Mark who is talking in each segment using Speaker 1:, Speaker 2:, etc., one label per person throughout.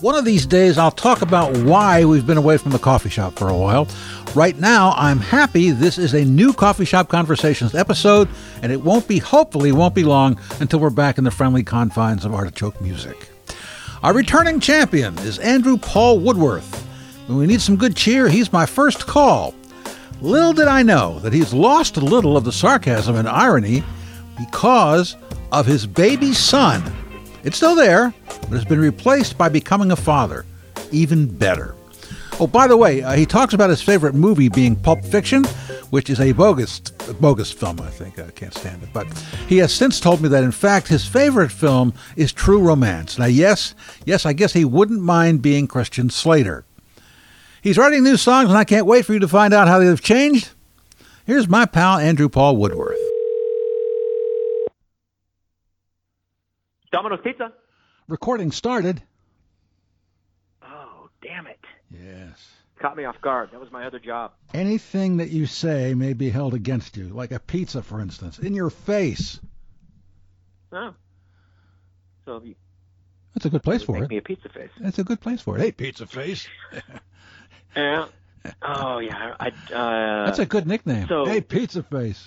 Speaker 1: One of these days, I'll talk about why we've been away from the coffee shop for a while. Right now, I'm happy this is a new Coffee Shop Conversations episode, and it won't be, hopefully, won't be long until we're back in the friendly confines of artichoke music. Our returning champion is Andrew Paul Woodworth. When we need some good cheer, he's my first call. Little did I know that he's lost a little of the sarcasm and irony because of his baby son. It's still there, but has been replaced by becoming a father. Even better. Oh, by the way, uh, he talks about his favorite movie being Pulp Fiction, which is a bogus, bogus film. I think I can't stand it. But he has since told me that, in fact, his favorite film is True Romance. Now, yes, yes, I guess he wouldn't mind being Christian Slater. He's writing new songs, and I can't wait for you to find out how they've changed. Here's my pal Andrew Paul Woodworth.
Speaker 2: Domino's Pizza.
Speaker 1: Recording started.
Speaker 2: Oh, damn it.
Speaker 1: Yes.
Speaker 2: Caught me off guard. That was my other job.
Speaker 1: Anything that you say may be held against you, like a pizza, for instance, in your face.
Speaker 2: Oh. So if you
Speaker 1: That's a good place for
Speaker 2: make
Speaker 1: it.
Speaker 2: me a pizza face.
Speaker 1: That's a good place for it. Hey, pizza face.
Speaker 2: Yeah. Oh, yeah. I, uh,
Speaker 1: That's a good nickname.
Speaker 2: so-
Speaker 1: hey, pizza face.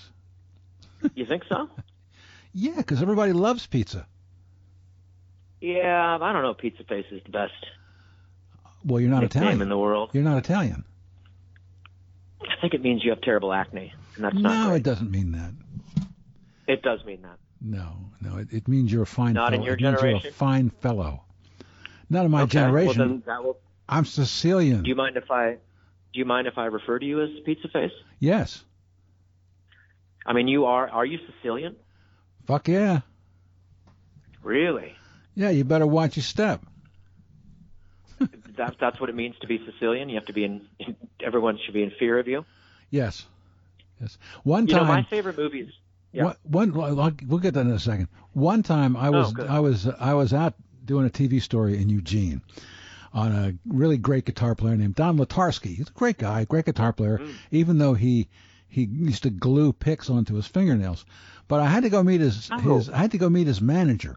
Speaker 2: You think so?
Speaker 1: Yeah, because everybody loves pizza.
Speaker 2: Yeah, I don't know. Pizza face is the best
Speaker 1: Well, you're not
Speaker 2: nickname in
Speaker 1: Italian.
Speaker 2: the world.
Speaker 1: You're not Italian.
Speaker 2: I think it means you have terrible acne, and that's not
Speaker 1: no,
Speaker 2: great.
Speaker 1: it doesn't mean that.
Speaker 2: It does mean that.
Speaker 1: No, no, it, it means you're a fine.
Speaker 2: Not
Speaker 1: fellow.
Speaker 2: in your
Speaker 1: it means You're
Speaker 2: generation?
Speaker 1: a fine fellow. Not in my
Speaker 2: Okay,
Speaker 1: generation.
Speaker 2: Well, then that will,
Speaker 1: I'm Sicilian.
Speaker 2: do you mind if I? Do you mind if I refer to you as pizza face?
Speaker 1: yes.
Speaker 2: I mean, you are. Are you Sicilian?
Speaker 1: Fuck yeah.
Speaker 2: Really?
Speaker 1: Yeah, you better watch your step.
Speaker 2: that, that's what it means to be Sicilian. You have to be in. Everyone should be in fear of you.
Speaker 1: Yes. Yes. One
Speaker 2: You know,
Speaker 1: time.
Speaker 2: my favorite movies. Yeah. Oh,
Speaker 1: One- One, well, I'll- we'll get that in a second. One time, I was,
Speaker 2: good.
Speaker 1: I was, I was out doing a TV story in Eugene on a really great guitar player named Don Latarski. He's a great guy, great guitar player,
Speaker 2: Mm.
Speaker 1: even though he he used to glue picks onto his fingernails. But I had to go meet his,
Speaker 2: Oh.
Speaker 1: his I had to go meet his manager.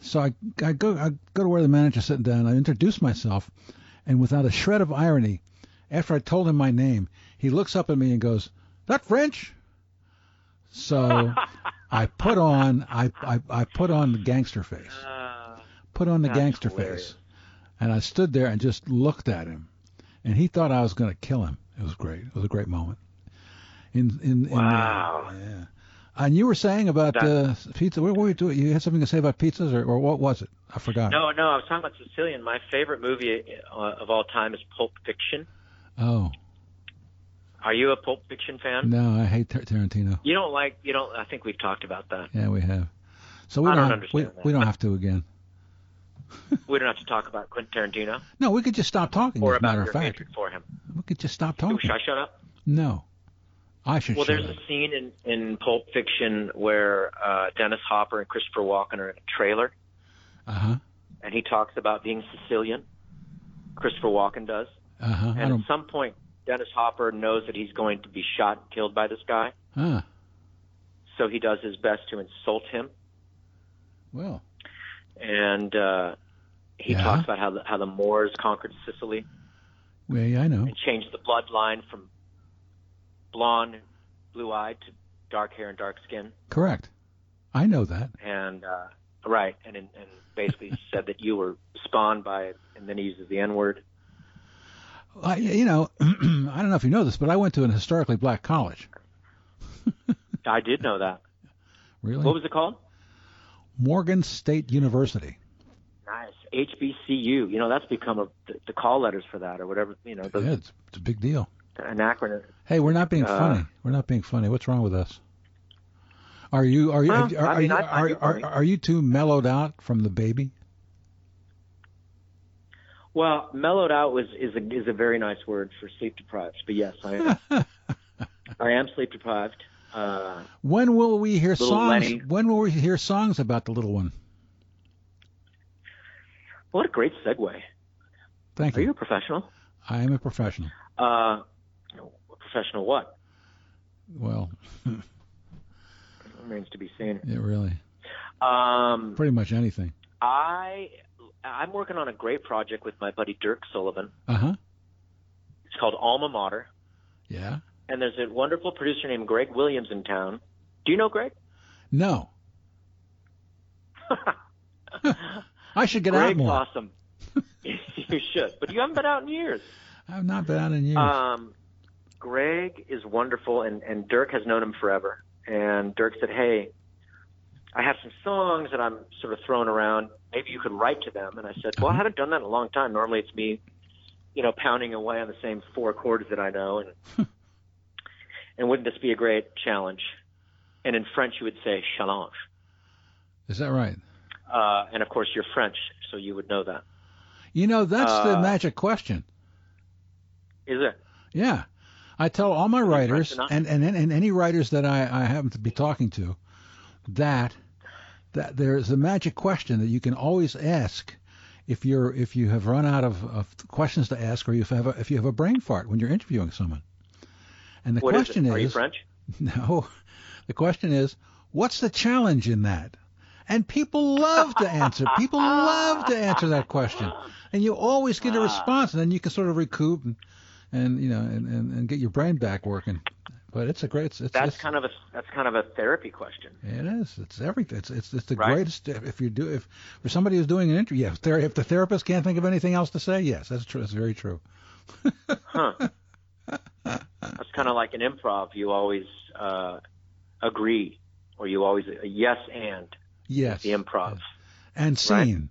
Speaker 1: So I, I go I go to where the manager's sitting down. I introduce myself, and without a shred of irony, after I told him my name, he looks up at me and goes, "That French." So I put on I, I I put on the gangster face.
Speaker 2: Uh,
Speaker 1: Put on the
Speaker 2: That's
Speaker 1: gangster
Speaker 2: hilarious.
Speaker 1: face. And I stood there and just looked at him. And he thought I was going to kill him. It was great. It was a great moment. In in, in
Speaker 2: Wow.
Speaker 1: yeah. And you were saying about
Speaker 2: That-
Speaker 1: uh, pizza. What were you doing? You had something to say about pizzas, or, or what was it? I forgot.
Speaker 2: no, no, I was talking about Sicilian. My favorite movie uh, of all time is Pulp Fiction.
Speaker 1: Oh
Speaker 2: Are you a Pulp Fiction fan?
Speaker 1: no, I hate Tar- Tarantino.
Speaker 2: You don't like. You don't. I think we've talked about that.
Speaker 1: Yeah, we have. So we
Speaker 2: I don't
Speaker 1: we,
Speaker 2: understand that.
Speaker 1: we don't have to again.
Speaker 2: We don't have to talk about Quentin Tarantino
Speaker 1: No, we could just stop talking.
Speaker 2: or
Speaker 1: as a
Speaker 2: about
Speaker 1: Mm, matter
Speaker 2: your
Speaker 1: of fact,
Speaker 2: hatred for him.
Speaker 1: we could just stop
Speaker 2: Ooh,
Speaker 1: talking.
Speaker 2: Should I shut up?
Speaker 1: No, I should.
Speaker 2: Well,
Speaker 1: shut
Speaker 2: there's
Speaker 1: up.
Speaker 2: a scene in in Pulp Fiction where uh, Dennis Hopper and Christopher Walken are in a trailer,
Speaker 1: Uh huh.
Speaker 2: and he talks about being Sicilian. Christopher Walken does.
Speaker 1: Uh huh. I
Speaker 2: And
Speaker 1: don't.
Speaker 2: at some point, Dennis Hopper knows that he's going to be shot and killed by this guy,
Speaker 1: Ah,
Speaker 2: so he does his best to insult him.
Speaker 1: well.
Speaker 2: And uh, he
Speaker 1: Yeah.
Speaker 2: talks about how the, how the Moors conquered Sicily
Speaker 1: Well, yeah, I know.
Speaker 2: and changed the bloodline from blonde, blue eyed to dark hair and dark skin.
Speaker 1: Correct. I know that.
Speaker 2: And uh, right, and and and basically said that you were spawned by, and then he uses the N word.
Speaker 1: I, you know, I don't know if you know this, but I went to an historically black college.
Speaker 2: I did know that.
Speaker 1: Really?
Speaker 2: What was it called?
Speaker 1: Morgan State University.
Speaker 2: Nice HBCU. You know that's become a, the, the call letters for that or whatever. You know the,
Speaker 1: Yeah, it's, it's a big deal.
Speaker 2: an acronym.
Speaker 1: Hey, we're not being
Speaker 2: Uh,
Speaker 1: funny. We're not being funny. What's wrong with us? Are you are you
Speaker 2: Well,
Speaker 1: are,
Speaker 2: I
Speaker 1: are
Speaker 2: mean,
Speaker 1: you
Speaker 2: I find
Speaker 1: are,
Speaker 2: it
Speaker 1: are,
Speaker 2: funny.
Speaker 1: are you too mellowed out from the baby?
Speaker 2: Well, mellowed out was is a, is a very nice word for sleep deprived. But yes, I am. I am sleep deprived. Uh,
Speaker 1: When will we hear
Speaker 2: Little
Speaker 1: songs?
Speaker 2: Lenny.
Speaker 1: When will we hear songs about the little one?
Speaker 2: what a great segue.
Speaker 1: Thank
Speaker 2: Are
Speaker 1: you.
Speaker 2: you a professional?
Speaker 1: I am a professional.
Speaker 2: Uh, professional what?
Speaker 1: Well,
Speaker 2: Remains to be seen.
Speaker 1: it really
Speaker 2: Um,
Speaker 1: pretty much anything.
Speaker 2: I I'm working on a great project with my buddy Dirk Sullivan.
Speaker 1: Uh huh.
Speaker 2: It's called Alma Mater,
Speaker 1: Yeah.
Speaker 2: and there's a wonderful producer named Greg Williams in town. Do you know Greg?
Speaker 1: No. I should get out
Speaker 2: Greg's
Speaker 1: more.
Speaker 2: awesome. you should, but you haven't been out in years.
Speaker 1: I've not been out in years.
Speaker 2: Um, Greg is wonderful, and, and Dirk has known him forever. And Dirk said, "Hey, I have some songs that I'm sort of throwing around. Maybe you could write to them." And I said, "Well, I haven't done that in a long time. Normally, it's me, you know, pounding away on the same four chords that I know." And and wouldn't this be a great challenge? And in French, you would say challenge.
Speaker 1: Is that right?
Speaker 2: Uh, and of course, you're French, so you would know that.
Speaker 1: You know, that's the
Speaker 2: uh,
Speaker 1: magic question.
Speaker 2: Is it?
Speaker 1: Yeah. I tell all my writers
Speaker 2: enough?
Speaker 1: and, and, and any writers that I, I happen to be talking to that that there is a magic question that you can always ask if you're if you have run out of, of questions to ask or you have a, if you have a brain fart when you're interviewing someone. And the
Speaker 2: What is
Speaker 1: question
Speaker 2: it? Are you
Speaker 1: is
Speaker 2: French?
Speaker 1: no. The question is, what's the challenge in that? And people love to answer. People love to answer that question. And you always get a response, and then you can sort of recoup and, and you know, and, and, and get your brain back working. But it's a great. It's,
Speaker 2: That's
Speaker 1: it's,
Speaker 2: kind of a that's kind of a therapy question.
Speaker 1: It is. It's everything. It's it's, it's the
Speaker 2: Right.
Speaker 1: greatest. If you do, if for somebody who's doing an interview, yeah, if, ther- if the therapist can't think of anything else to say, yes, that's true. That's very true.
Speaker 2: Huh. That's kind of like an improv. You always uh, agree, or you always a yes and
Speaker 1: Yes.
Speaker 2: the improv
Speaker 1: And seen.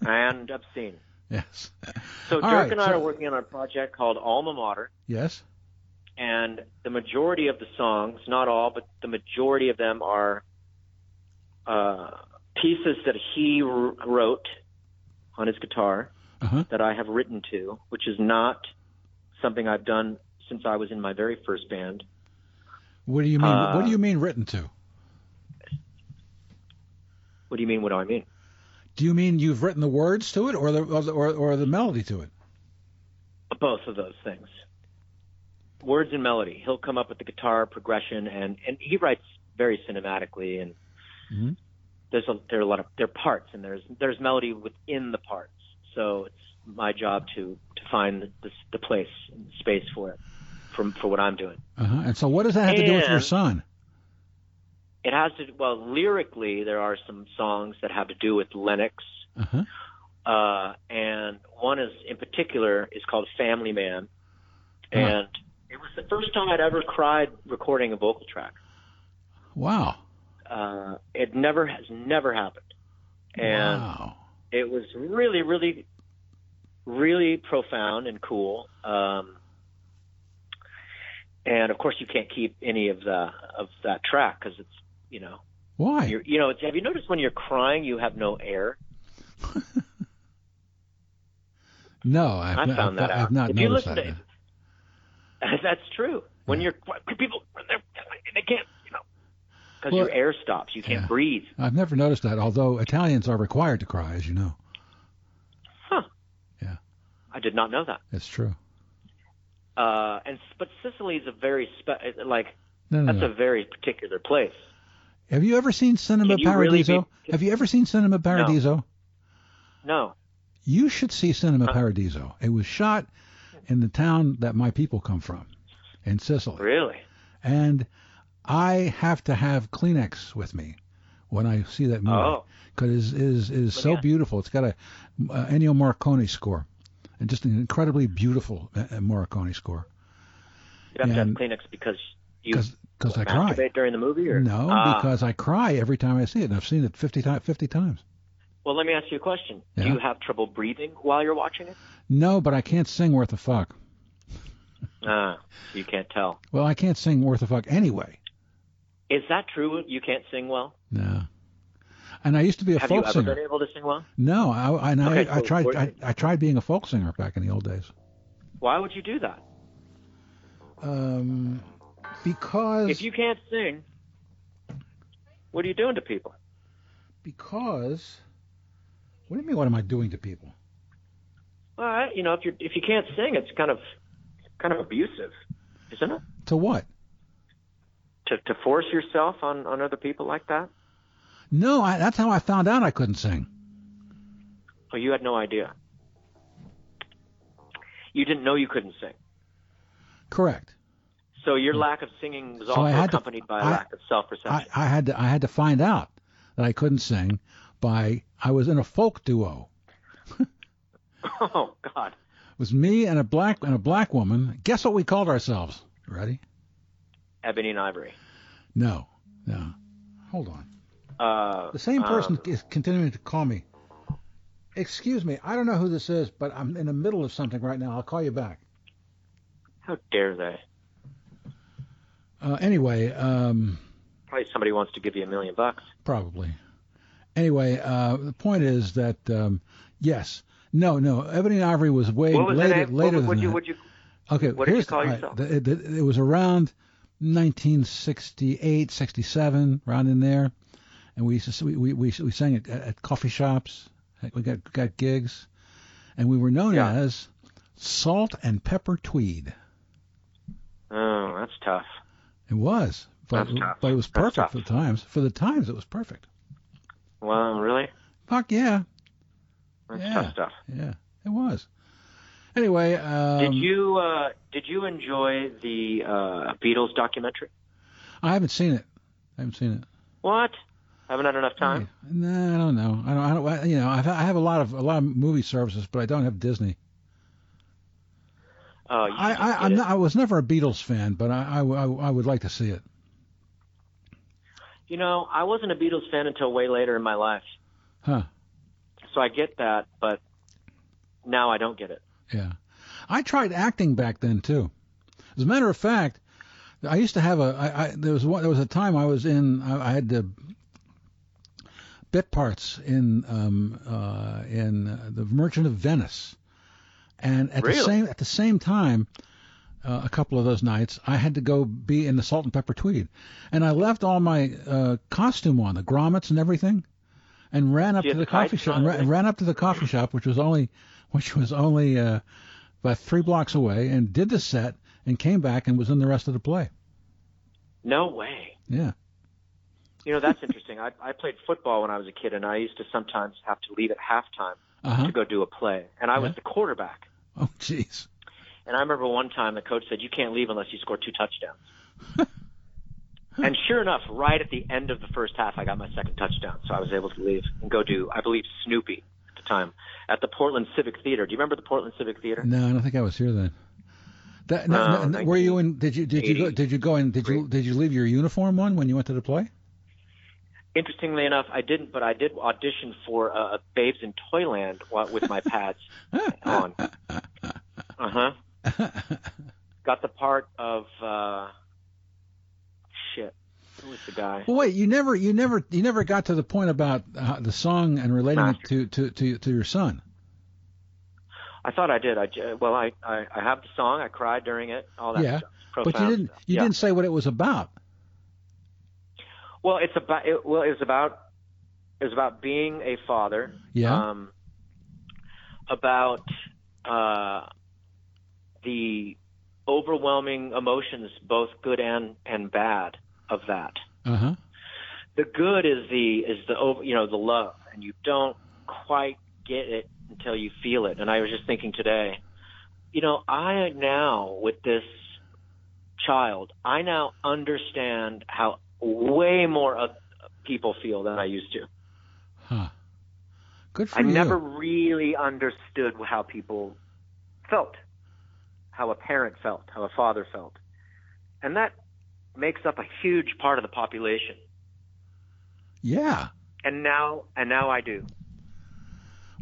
Speaker 2: and obscene.
Speaker 1: Yes.
Speaker 2: So
Speaker 1: All
Speaker 2: Dirk
Speaker 1: right,
Speaker 2: and I
Speaker 1: so-
Speaker 2: are working on a project called Alma Mater,
Speaker 1: Yes.
Speaker 2: and the majority of the songs, not all, but the majority of them are uh, pieces that he r- wrote on his guitar
Speaker 1: Uh huh.
Speaker 2: that I have written to, which is not something I've done since I was in my very first band.
Speaker 1: What do you mean? what
Speaker 2: Uh,
Speaker 1: do you mean written to?
Speaker 2: What do you mean? What do I mean?
Speaker 1: Do you mean you've written the words to it, or the or the, or, or the melody to it?
Speaker 2: both of those things words and melody he'll come up with the guitar progression and and he writes very cinematically and
Speaker 1: Mhm.
Speaker 2: there's a there are a lot of there are parts and there's there's melody within the parts so it's my job to to find the, the place and space for it from for what i'm doing
Speaker 1: Uh-huh. And so, what does that have to do with your
Speaker 2: And-
Speaker 1: son?
Speaker 2: it has to well lyrically there are some songs that have to do with lennox
Speaker 1: Uh-huh.
Speaker 2: uh, and one is in particular is called Family Man,
Speaker 1: Huh.
Speaker 2: and it was the first time I'd ever cried recording a vocal track.
Speaker 1: Wow.
Speaker 2: Uh, it never has never happened, and
Speaker 1: Wow.
Speaker 2: it was really, really, really profound and cool. Um, and of course, you can't keep any of the of that track because it's you know
Speaker 1: Why?
Speaker 2: you're, you know it's, have you noticed when you're crying you have no air?
Speaker 1: No, I've,
Speaker 2: I
Speaker 1: not,
Speaker 2: found
Speaker 1: I've,
Speaker 2: that
Speaker 1: I've
Speaker 2: out.
Speaker 1: not
Speaker 2: If you
Speaker 1: noticed
Speaker 2: listen
Speaker 1: that.
Speaker 2: to That's true. When you're people, when they're, they can't, you know, because
Speaker 1: Well,
Speaker 2: your air stops. You can't
Speaker 1: yeah.
Speaker 2: breathe.
Speaker 1: I've never noticed that. Although Italians are required to cry, as you know,
Speaker 2: I did not know that.
Speaker 1: it's true.
Speaker 2: Uh, and but Sicily is a very spe- uh, like
Speaker 1: No, no,
Speaker 2: that's
Speaker 1: no.
Speaker 2: a very particular place.
Speaker 1: Have you ever seen Cinema
Speaker 2: Can you really
Speaker 1: Paradiso?
Speaker 2: be-
Speaker 1: Have you ever seen Cinema Paradiso?
Speaker 2: No,
Speaker 1: You should see Cinema
Speaker 2: Huh.
Speaker 1: Paradiso. It was shot in the town that my people come from, in Sicily.
Speaker 2: really.
Speaker 1: and I have to have Kleenex with me when I see that movie
Speaker 2: Oh,
Speaker 1: because it is it is so
Speaker 2: yeah.
Speaker 1: beautiful. It's got a uh, Ennio Morricone score, and just an incredibly beautiful uh, uh, Morricone score.
Speaker 2: you have to have
Speaker 1: and-
Speaker 2: Kleenex because you
Speaker 1: Because I cry.
Speaker 2: masturbate during the movie, or
Speaker 1: No,
Speaker 2: Ah.
Speaker 1: because I cry every time I see it, and I've seen it fifty times. Fifty times.
Speaker 2: Well, let me ask you a question.
Speaker 1: Yeah.
Speaker 2: Do you have trouble breathing while you're watching it?
Speaker 1: No, but I can't sing worth a fuck.
Speaker 2: Ah, you can't tell.
Speaker 1: Well, I can't sing worth a fuck anyway.
Speaker 2: Is that true? You can't sing well.
Speaker 1: No. And I used to be a
Speaker 2: have you
Speaker 1: folk
Speaker 2: ever
Speaker 1: singer.
Speaker 2: been able to sing well?
Speaker 1: No, I, and
Speaker 2: Okay,
Speaker 1: I, I
Speaker 2: so
Speaker 1: tried.
Speaker 2: what-
Speaker 1: I, I tried being a folk singer back in the old days.
Speaker 2: Why would you do that?
Speaker 1: Um, because
Speaker 2: If you can't sing, what are you doing to people?
Speaker 1: because what do you mean? What am I doing to people?
Speaker 2: Well, I- you know, if you if you can't sing, it's kind of kind of abusive, isn't it?
Speaker 1: To what?
Speaker 2: To to force yourself on on other people like that.
Speaker 1: No, I, that's how I found out I couldn't sing.
Speaker 2: Oh, you had no idea. You didn't know you couldn't sing.
Speaker 1: Correct.
Speaker 2: So your lack of singing was
Speaker 1: Mm. So I
Speaker 2: also
Speaker 1: had to-
Speaker 2: accompanied by a
Speaker 1: I-
Speaker 2: lack of
Speaker 1: I,
Speaker 2: self-perception.
Speaker 1: I had to I had to find out that I couldn't sing by I was in a folk duo.
Speaker 2: oh God,
Speaker 1: It was me and a black and a black woman. Guess what we called ourselves? Ready?
Speaker 2: Ebony and Ivory.
Speaker 1: No. No. Hold on.
Speaker 2: Uh,
Speaker 1: The same person
Speaker 2: um,
Speaker 1: is continuing to call me. Excuse me, I don't know who this is, but I'm in the middle of something right now. I'll call you back.
Speaker 2: how dare they?
Speaker 1: Uh, anyway, um,
Speaker 2: Probably somebody wants to give you a million bucks.
Speaker 1: Probably. Anyway, uh, the point is that um, yes, no, no. Ebony and Ivory was way
Speaker 2: What was the
Speaker 1: later,
Speaker 2: name? What
Speaker 1: later
Speaker 2: would- would
Speaker 1: than
Speaker 2: you,
Speaker 1: that.
Speaker 2: would you?
Speaker 1: okay,
Speaker 2: what did
Speaker 1: here's
Speaker 2: you call
Speaker 1: all right,
Speaker 2: yourself?
Speaker 1: the- the- it was around 1968, 67, around in there, and we used to, we, we we we sang it at, at coffee shops. We got got gigs, and we were known
Speaker 2: Yeah.
Speaker 1: as Salt and Pepper Tweed.
Speaker 2: Oh, that's tough.
Speaker 1: It was, but,
Speaker 2: That's tough.
Speaker 1: but it was
Speaker 2: That's
Speaker 1: perfect
Speaker 2: tough.
Speaker 1: for the times. For the times, it was perfect.
Speaker 2: Wow, really?
Speaker 1: Fuck yeah.
Speaker 2: That's
Speaker 1: Yeah.
Speaker 2: tough stuff.
Speaker 1: Yeah, it was. Anyway, um,
Speaker 2: did you uh, did you enjoy the uh, Beatles documentary?
Speaker 1: I haven't seen it. I haven't seen it.
Speaker 2: What? Haven't had enough time.
Speaker 1: Hey, no, I don't know. I don't. I don't. I- You know, I've, I have a lot of a lot of movie services, but I don't have Disney.
Speaker 2: Oh, you
Speaker 1: I
Speaker 2: should get
Speaker 1: I, I'm
Speaker 2: it.
Speaker 1: not, I was never a Beatles fan, but I, I, w- I w- I would like to see it.
Speaker 2: You know, I wasn't a Beatles fan until way later in my life.
Speaker 1: Huh?
Speaker 2: So I get that, but now I don't get it.
Speaker 1: Yeah. I tried acting back then too. As a matter of fact, I used to have a. I, I, there was one. There was a time I was in. I, I had the bit parts in um, uh, in uh, the Merchant of Venice, and at the
Speaker 2: Really?
Speaker 1: same at the same time, uh, a couple of those nights, I had to go be in the Salt and Pepper Tweed, and I left all my uh, costume on, the grommets and everything, and ran up
Speaker 2: You
Speaker 1: to
Speaker 2: had
Speaker 1: the
Speaker 2: the
Speaker 1: coffee
Speaker 2: tights
Speaker 1: shop.
Speaker 2: on,
Speaker 1: Ran,
Speaker 2: right?
Speaker 1: ran up to the coffee shop, which was only which was only uh, about three blocks away, and did the set, and came back and was in the rest of the play.
Speaker 2: No way.
Speaker 1: Yeah.
Speaker 2: You know, that's interesting. I, I played football when I was a kid, and I used to sometimes have to leave at halftime
Speaker 1: Uh huh.
Speaker 2: to go do a play, and I was
Speaker 1: Yeah.
Speaker 2: the quarterback.
Speaker 1: Oh, jeez.
Speaker 2: And I remember one time the coach said, "You can't leave unless you score two touchdowns." and sure enough, right at the end of the first half, I got my second touchdown, so I was able to leave and go do, I believe, Snoopy at the time at the Portland Civic Theater. Do you remember the Portland Civic Theater?
Speaker 1: No, I don't think I was here then. That, no,
Speaker 2: No,
Speaker 1: no, were you in? Did you did you go?
Speaker 2: 1980.
Speaker 1: Did you go in? Did you did you leave your uniform on when you went to the play?
Speaker 2: Interestingly enough, I didn't, but I did audition for uh, Babes in Toyland wa- with my pads
Speaker 1: Ah,
Speaker 2: on. Uh huh. Got the part of uh, shit. Who was the guy?
Speaker 1: Well, wait. You never you never you never got to the point about uh, the song and relating it to, to to to your son.
Speaker 2: I thought I did. I j- well, I, I I have the song. I cried during it. All that.
Speaker 1: Yeah,
Speaker 2: stuff.
Speaker 1: But you
Speaker 2: Profound
Speaker 1: didn't
Speaker 2: stuff.
Speaker 1: you
Speaker 2: Yeah.
Speaker 1: didn't say what it was about.
Speaker 2: Well, it's about it, well, it's about it's about being a father.
Speaker 1: Yeah.
Speaker 2: Um, about uh, the overwhelming emotions, both good and and bad, of that.
Speaker 1: Uh huh.
Speaker 2: The good is the is the over- you know the love, and you don't quite get it until you feel it. And I was just thinking today, you know, I now with this child, I now understand how way more uh, people feel than I used to.
Speaker 1: Huh. Good for
Speaker 2: I
Speaker 1: you.
Speaker 2: never really understood how people felt, how a parent felt, how a father felt. And that makes up a huge part of the population.
Speaker 1: Yeah.
Speaker 2: And now and now I do.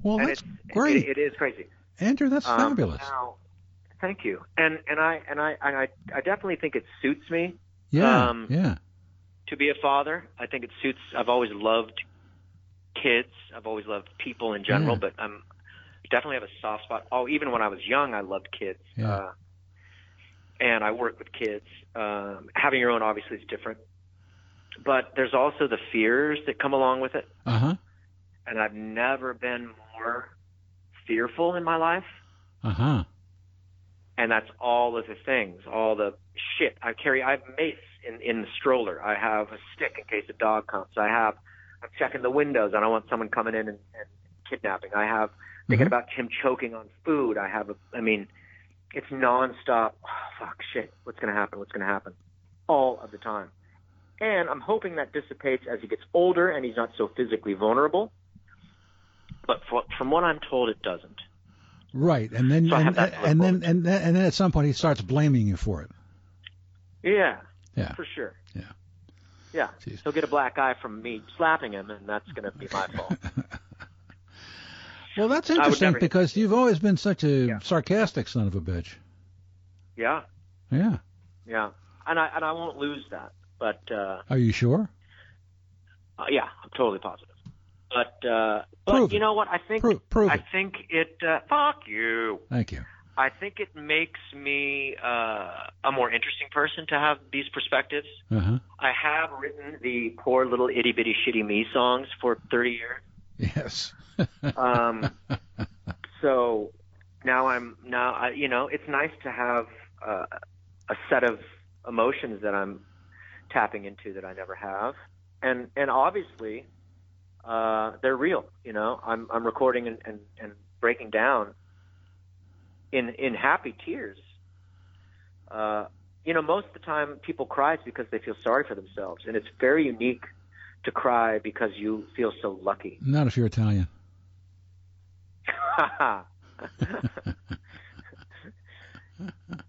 Speaker 1: Well,
Speaker 2: and
Speaker 1: that's
Speaker 2: it's
Speaker 1: great,
Speaker 2: It, it is crazy.
Speaker 1: Andrew. That's
Speaker 2: Um,
Speaker 1: fabulous.
Speaker 2: now- thank you. And and I and I and I, I definitely think it suits me
Speaker 1: Yeah.
Speaker 2: um,
Speaker 1: yeah.
Speaker 2: to be a father. I think it suits. I've always loved kids. I've always loved people in general,
Speaker 1: Yeah.
Speaker 2: but I'm definitely have a soft spot. Oh, even when I was young, I loved kids.
Speaker 1: Yeah.
Speaker 2: Uh, and I work with kids. Um, having your own obviously is different, but there's also the fears that come along with it.
Speaker 1: Uh huh.
Speaker 2: And I've never been more fearful in my life.
Speaker 1: Uh huh.
Speaker 2: and that's all of the things, all the shit. I carry, I have mace in in the stroller. I have a stick in case a dog comes. I have, I'm checking the windows. I don't want someone coming in and, and kidnapping. I have thinking about him choking on food. I have a, I mean, it's nonstop. Oh, fuck, shit. What's gonna happen? What's gonna happen? All of the time. And I'm hoping that dissipates as he gets older and he's not so physically vulnerable. But for, from what I'm told, it doesn't.
Speaker 1: Right, and then
Speaker 2: So I have
Speaker 1: and,
Speaker 2: that to look
Speaker 1: and then
Speaker 2: forward
Speaker 1: and then and then at some point he starts blaming you for it.
Speaker 2: Yeah.
Speaker 1: Yeah.
Speaker 2: For sure.
Speaker 1: Yeah.
Speaker 2: Yeah.
Speaker 1: Jeez.
Speaker 2: He'll get a black eye from me slapping him, and that's going to be my fault.
Speaker 1: Well, that's
Speaker 2: would
Speaker 1: interesting
Speaker 2: never-
Speaker 1: because you've always been such a
Speaker 2: Yeah.
Speaker 1: sarcastic son of a bitch.
Speaker 2: yeah.
Speaker 1: Yeah.
Speaker 2: Yeah. And I and I won't lose that. But uh,
Speaker 1: Are you sure?
Speaker 2: uh, yeah, I'm totally positive. But uh, but
Speaker 1: Prove
Speaker 2: you
Speaker 1: it.
Speaker 2: know what? I think
Speaker 1: Prove, prove
Speaker 2: I
Speaker 1: it.
Speaker 2: think it. Uh, fuck you.
Speaker 1: Thank you.
Speaker 2: I think it makes me uh, a more interesting person to have these perspectives.
Speaker 1: Uh huh.
Speaker 2: I have written the poor little itty bitty shitty me songs for 30 years.
Speaker 1: Yes.
Speaker 2: Um, so now I'm now I, you know it's nice to have uh, a set of emotions that I'm tapping into that I never have, and and obviously uh, they're real. You know, I'm I'm recording and, and, and breaking down in in happy tears. Uh, you know, most of the time people cry is because they feel sorry for themselves, and it's very unique to cry because you feel so lucky.
Speaker 1: Not if you're Italian.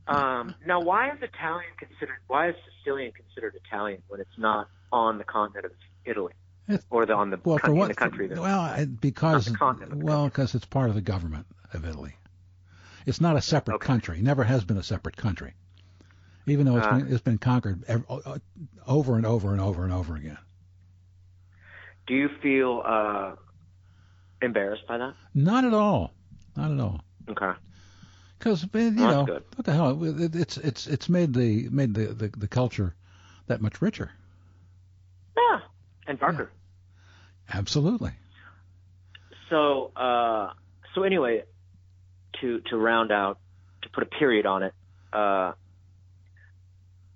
Speaker 2: um, now, why is Italian considered? Why is Sicilian considered Italian when it's not on the continent of Italy
Speaker 1: It's-
Speaker 2: or the, on the
Speaker 1: Well,
Speaker 2: coun-
Speaker 1: for
Speaker 2: in
Speaker 1: what?
Speaker 2: the country? there?
Speaker 1: well, I- because
Speaker 2: Not the continent, but the
Speaker 1: well, because it's part of the government of Italy. It's not a separate
Speaker 2: Okay.
Speaker 1: country. Never has been a separate country, even though it's
Speaker 2: Ah.
Speaker 1: been it's been conquered ev- o- o- over and over and over and over again.
Speaker 2: Do you feel uh, embarrassed by that?
Speaker 1: Not at all. Not at all.
Speaker 2: Okay.
Speaker 1: Because you
Speaker 2: Well, that's
Speaker 1: know
Speaker 2: good.
Speaker 1: what the hell? It, it- it's it's it's made the made the, the, the culture that much richer.
Speaker 2: Yeah. And darker.
Speaker 1: Absolutely.
Speaker 2: So, uh, so anyway, to to round out, to put a period on it, uh,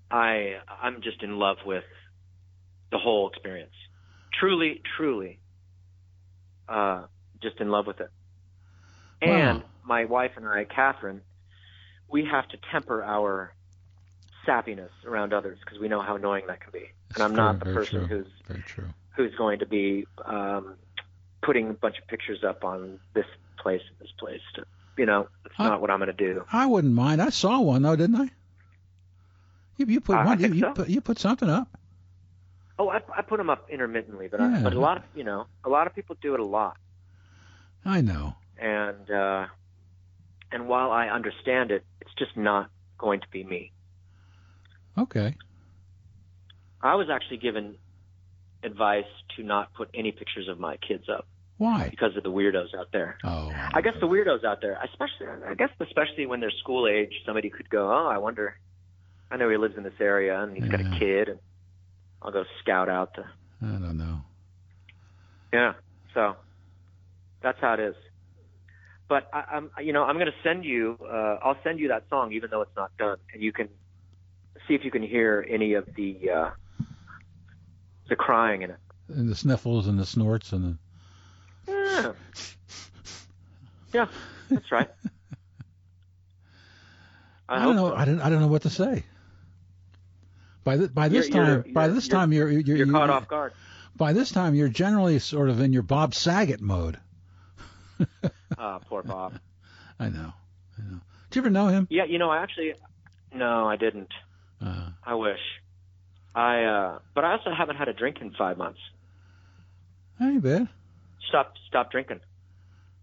Speaker 2: I I'm just in love with the whole experience. Truly, truly, uh, just in love with it. And
Speaker 1: Wow.
Speaker 2: my wife and I, Catherine, we have to temper our sappiness around others because we know how annoying that can be.
Speaker 1: It's
Speaker 2: And I'm
Speaker 1: true,
Speaker 2: not the
Speaker 1: very
Speaker 2: person
Speaker 1: true.
Speaker 2: who's
Speaker 1: Very true.
Speaker 2: who's going to be um, putting a bunch of pictures up on this place and this place. To, you know, it's
Speaker 1: Huh?
Speaker 2: not what I'm going to do.
Speaker 1: I wouldn't mind. I saw one though, didn't I? You, you put
Speaker 2: Uh, I
Speaker 1: one. You,
Speaker 2: think
Speaker 1: you
Speaker 2: so.
Speaker 1: put you put something up.
Speaker 2: Oh, I, I put them up intermittently, but
Speaker 1: Yeah.
Speaker 2: I, but a lot of you know, a lot of people do it a lot,
Speaker 1: I know.
Speaker 2: and uh, and while I understand it, it's just not going to be me.
Speaker 1: Okay.
Speaker 2: I was actually given advice to not put any pictures of my kids up
Speaker 1: Why?
Speaker 2: because of the weirdos out there.
Speaker 1: Oh.
Speaker 2: I guess the weirdos out there, especially I guess especially when they're school age, somebody could go, "Oh, I wonder. I know he lives in this area and he's got
Speaker 1: Yeah.
Speaker 2: a kid, and I'll go scout out the."
Speaker 1: I don't know.
Speaker 2: Yeah. So that's how it is. But I, I'm, you know, I'm going to send you. Uh, I'll send you that song, even though it's not done, and you can see if you can hear any of the uh, the crying in it.
Speaker 1: And the sniffles and the snorts and the
Speaker 2: Yeah. yeah, that's right.
Speaker 1: I,
Speaker 2: hope
Speaker 1: don't know.
Speaker 2: so.
Speaker 1: I don't. I don't know what to say. By this by this
Speaker 2: You're-
Speaker 1: time
Speaker 2: you're-
Speaker 1: by
Speaker 2: you're-
Speaker 1: this
Speaker 2: you're-
Speaker 1: time you're you're,
Speaker 2: You're
Speaker 1: you-
Speaker 2: caught off guard.
Speaker 1: By this time you're generally sort of in your Bob Saget mode.
Speaker 2: Ah, poor Bob.
Speaker 1: I know. I know. Did you ever know him?
Speaker 2: Yeah, you know, I actually, no, I didn't.
Speaker 1: Uh,
Speaker 2: I wish. I, uh, but I also haven't had a drink in five months.
Speaker 1: I ain't bad.
Speaker 2: Stop, stop drinking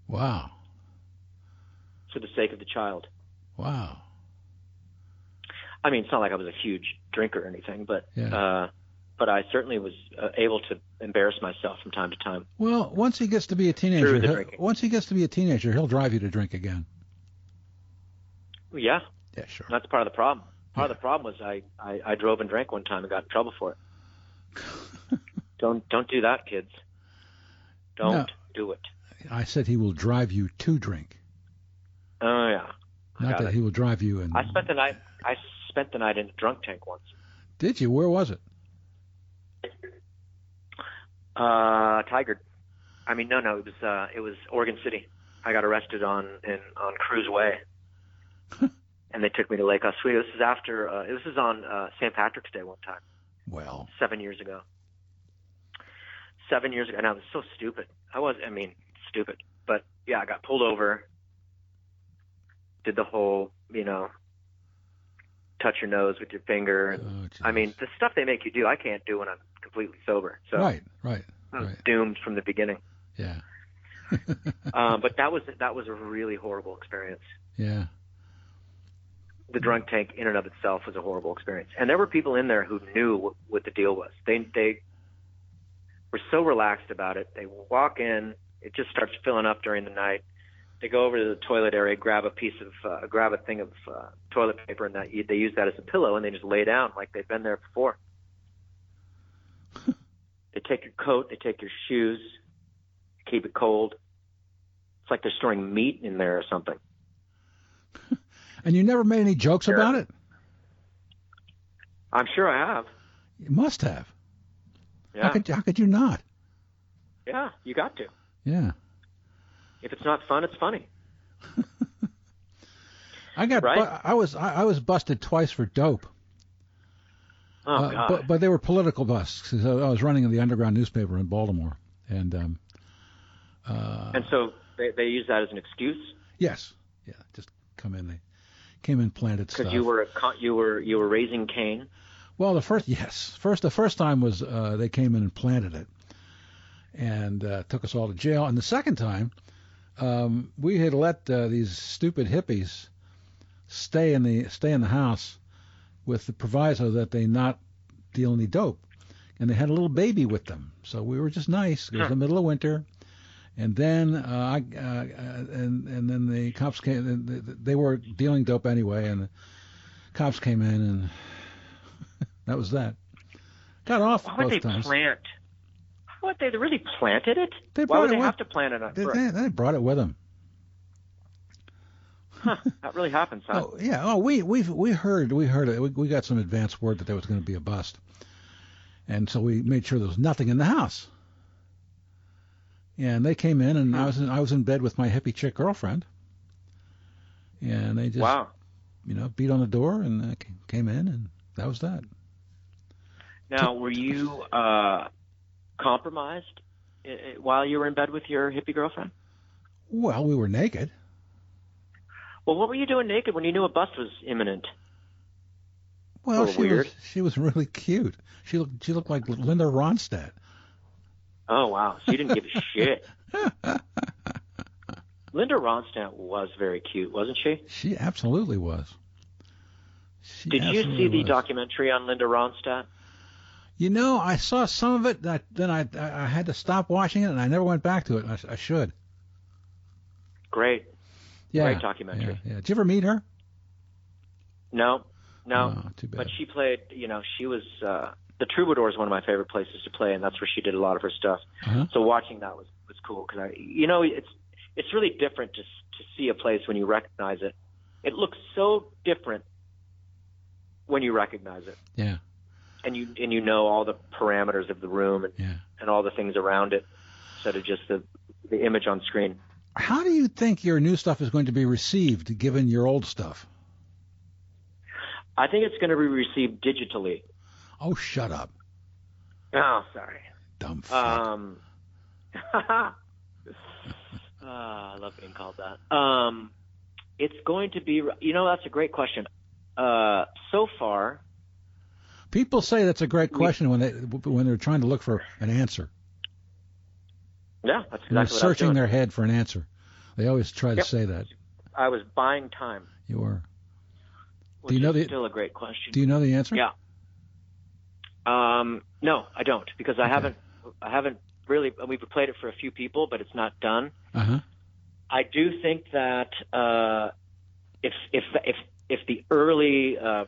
Speaker 1: Wow.
Speaker 2: for the sake of the child.
Speaker 1: Wow.
Speaker 2: I mean, it's not like I was a huge drinker or anything, but,
Speaker 1: Yeah.
Speaker 2: uh, but I certainly was uh, able to embarrass myself from time to time.
Speaker 1: Well, once he gets to be a teenager,
Speaker 2: Through the
Speaker 1: he'll-
Speaker 2: drinking.
Speaker 1: once he gets to be a teenager, he'll drive you to drink again.
Speaker 2: Yeah,
Speaker 1: Yeah, sure.
Speaker 2: that's part of the problem. Part of the problem was I, I, I drove and drank one time and got in trouble for it. don't, don't do that, kids. Don't
Speaker 1: No.
Speaker 2: do it.
Speaker 1: I said he will drive you to drink,
Speaker 2: Oh yeah. I
Speaker 1: not
Speaker 2: got
Speaker 1: that
Speaker 2: it.
Speaker 1: he will drive you in.
Speaker 2: I spent the night. I spent the night in a drunk tank once.
Speaker 1: Did you? Where was it?
Speaker 2: Uh, Tiger. I mean, no, no, it was uh, it was Oregon City. I got arrested on in on Cruise Way, and they took me to Lake Oswego. This is after uh, this is on uh, St. Patrick's Day one time,
Speaker 1: Well,
Speaker 2: seven years ago. Seven years ago, and I was so stupid. I was, I mean, stupid. But yeah, I got pulled over. Did the whole, you know, touch your nose with your finger, and
Speaker 1: oh,
Speaker 2: I mean,
Speaker 1: geez.
Speaker 2: the stuff they make you do, I can't do when I'm completely sober. So
Speaker 1: right, right,
Speaker 2: I was
Speaker 1: right.
Speaker 2: doomed from the beginning.
Speaker 1: yeah,
Speaker 2: um, but that was that was a really horrible experience.
Speaker 1: yeah,
Speaker 2: The drunk tank, in and of itself, was a horrible experience. And there were people in there who knew what, what the deal was. They they were so relaxed about it. They walk in, it just starts filling up during the night. They go over to the toilet area, grab a piece of, uh, grab a thing of uh, toilet paper, and that they use that as a pillow, and they just lay down like they've been there before. they take your coat, they take your shoes, keep it cold. It's like they're storing meat in there or something.
Speaker 1: And you never made any jokes
Speaker 2: Yeah.
Speaker 1: about it.
Speaker 2: I'm sure I have.
Speaker 1: You must have.
Speaker 2: Yeah,
Speaker 1: How could how could you not?
Speaker 2: yeah, you got to.
Speaker 1: Yeah,
Speaker 2: If it's not fun, it's funny.
Speaker 1: I got.
Speaker 2: Right?
Speaker 1: bu- I was I, I was busted twice for dope.
Speaker 2: Oh
Speaker 1: Uh,
Speaker 2: God,
Speaker 1: but but they were political busts. 'cause I I was running the underground newspaper in Baltimore, and um, uh,
Speaker 2: and so they, they use that as an excuse
Speaker 1: yes, yeah, just come in. They came in, planted stuff.
Speaker 2: because you were a con- you were you were raising Cain.
Speaker 1: Well, the first yes, first the first time was uh, they came in and planted it, and uh, took us all to jail. And the second time, um, we had let uh, these stupid hippies stay in the stay in the house with the proviso that they not deal any dope, and they had a little baby with them. So we were just nice. It was
Speaker 2: Huh.
Speaker 1: the middle of winter. And then uh, I uh, uh, and and then the cops came. and they- They were dealing dope anyway, and the cops came in, and that was that. Got off
Speaker 2: Why would
Speaker 1: both
Speaker 2: they
Speaker 1: times.
Speaker 2: plant? Why would they they really planted it?
Speaker 1: They
Speaker 2: Why
Speaker 1: brought
Speaker 2: would
Speaker 1: it
Speaker 2: they
Speaker 1: with-
Speaker 2: have to plant it? On,
Speaker 1: They,
Speaker 2: right.
Speaker 1: they, they brought it with them.
Speaker 2: huh, that really happens. Huh?
Speaker 1: Oh yeah. Oh, we we we heard we heard it. We, we got some advance word that there was going to be a bust, and so we made sure there was nothing in the house. And they came in, and I
Speaker 2: Hmm.
Speaker 1: was in, I was in bed with my hippie chick girlfriend, and they just
Speaker 2: wow.
Speaker 1: you know beat on the door and uh, ca- came in, and that was that.
Speaker 2: Now, were you uh, compromised i i- while you were in bed with your hippie girlfriend?
Speaker 1: Well, we were naked.
Speaker 2: Well, what were you doing naked when you knew a bust was imminent?
Speaker 1: Well,
Speaker 2: Little
Speaker 1: she
Speaker 2: weird.
Speaker 1: was she was really cute. She looked she looked like Linda Ronstadt.
Speaker 2: Oh wow! So you didn't give a shit. Linda Ronstadt was very cute, wasn't she?
Speaker 1: She absolutely was. She
Speaker 2: Did you
Speaker 1: absolutely
Speaker 2: see the
Speaker 1: was.
Speaker 2: documentary on Linda Ronstadt?
Speaker 1: You know, I saw some of it, that then I I I had to stop watching it, and I never went back to it. and I, sh- I should.
Speaker 2: Great.
Speaker 1: Yeah.
Speaker 2: Great documentary.
Speaker 1: Yeah, yeah. Did you ever meet her?
Speaker 2: No, no.
Speaker 1: Oh, too bad.
Speaker 2: but she played. You know, she was. Uh, the Troubadour is one of my favorite places to play, and that's where she did a lot of her stuff.
Speaker 1: Uh-huh.
Speaker 2: So watching that was was cool because I, you know, it's it's really different to s- to see a place when you recognize it. It looks so different when you recognize it.
Speaker 1: Yeah.
Speaker 2: And you and you know all the parameters of the room and,
Speaker 1: Yeah.
Speaker 2: and all the things around it instead of just the the image on screen.
Speaker 1: How do you think your new stuff is going to be received, given your old stuff?
Speaker 2: I think it's going to be received digitally.
Speaker 1: Oh, shut up,
Speaker 2: Oh, sorry.
Speaker 1: dumb fuck.
Speaker 2: Um, Ah, I love being called that. Um, it's going to be, you know, that's a great question. Uh, so far,
Speaker 1: People say that's a great
Speaker 2: we-
Speaker 1: question when they when they're trying to look for an answer.
Speaker 2: yeah, that's
Speaker 1: When
Speaker 2: exactly
Speaker 1: they're
Speaker 2: what I was
Speaker 1: searching
Speaker 2: doing.
Speaker 1: their head for an answer. They always try to
Speaker 2: Yep.
Speaker 1: say that.
Speaker 2: I was buying time,
Speaker 1: You are.
Speaker 2: which
Speaker 1: Do you know
Speaker 2: is
Speaker 1: the-
Speaker 2: still a great question.
Speaker 1: Do you know the answer?
Speaker 2: Yeah. Um, no, I don't, because I
Speaker 1: Okay.
Speaker 2: haven't, I haven't really. We've played it for a few people, but it's not done.
Speaker 1: Uh huh.
Speaker 2: I do think that uh, if if if if the early uh,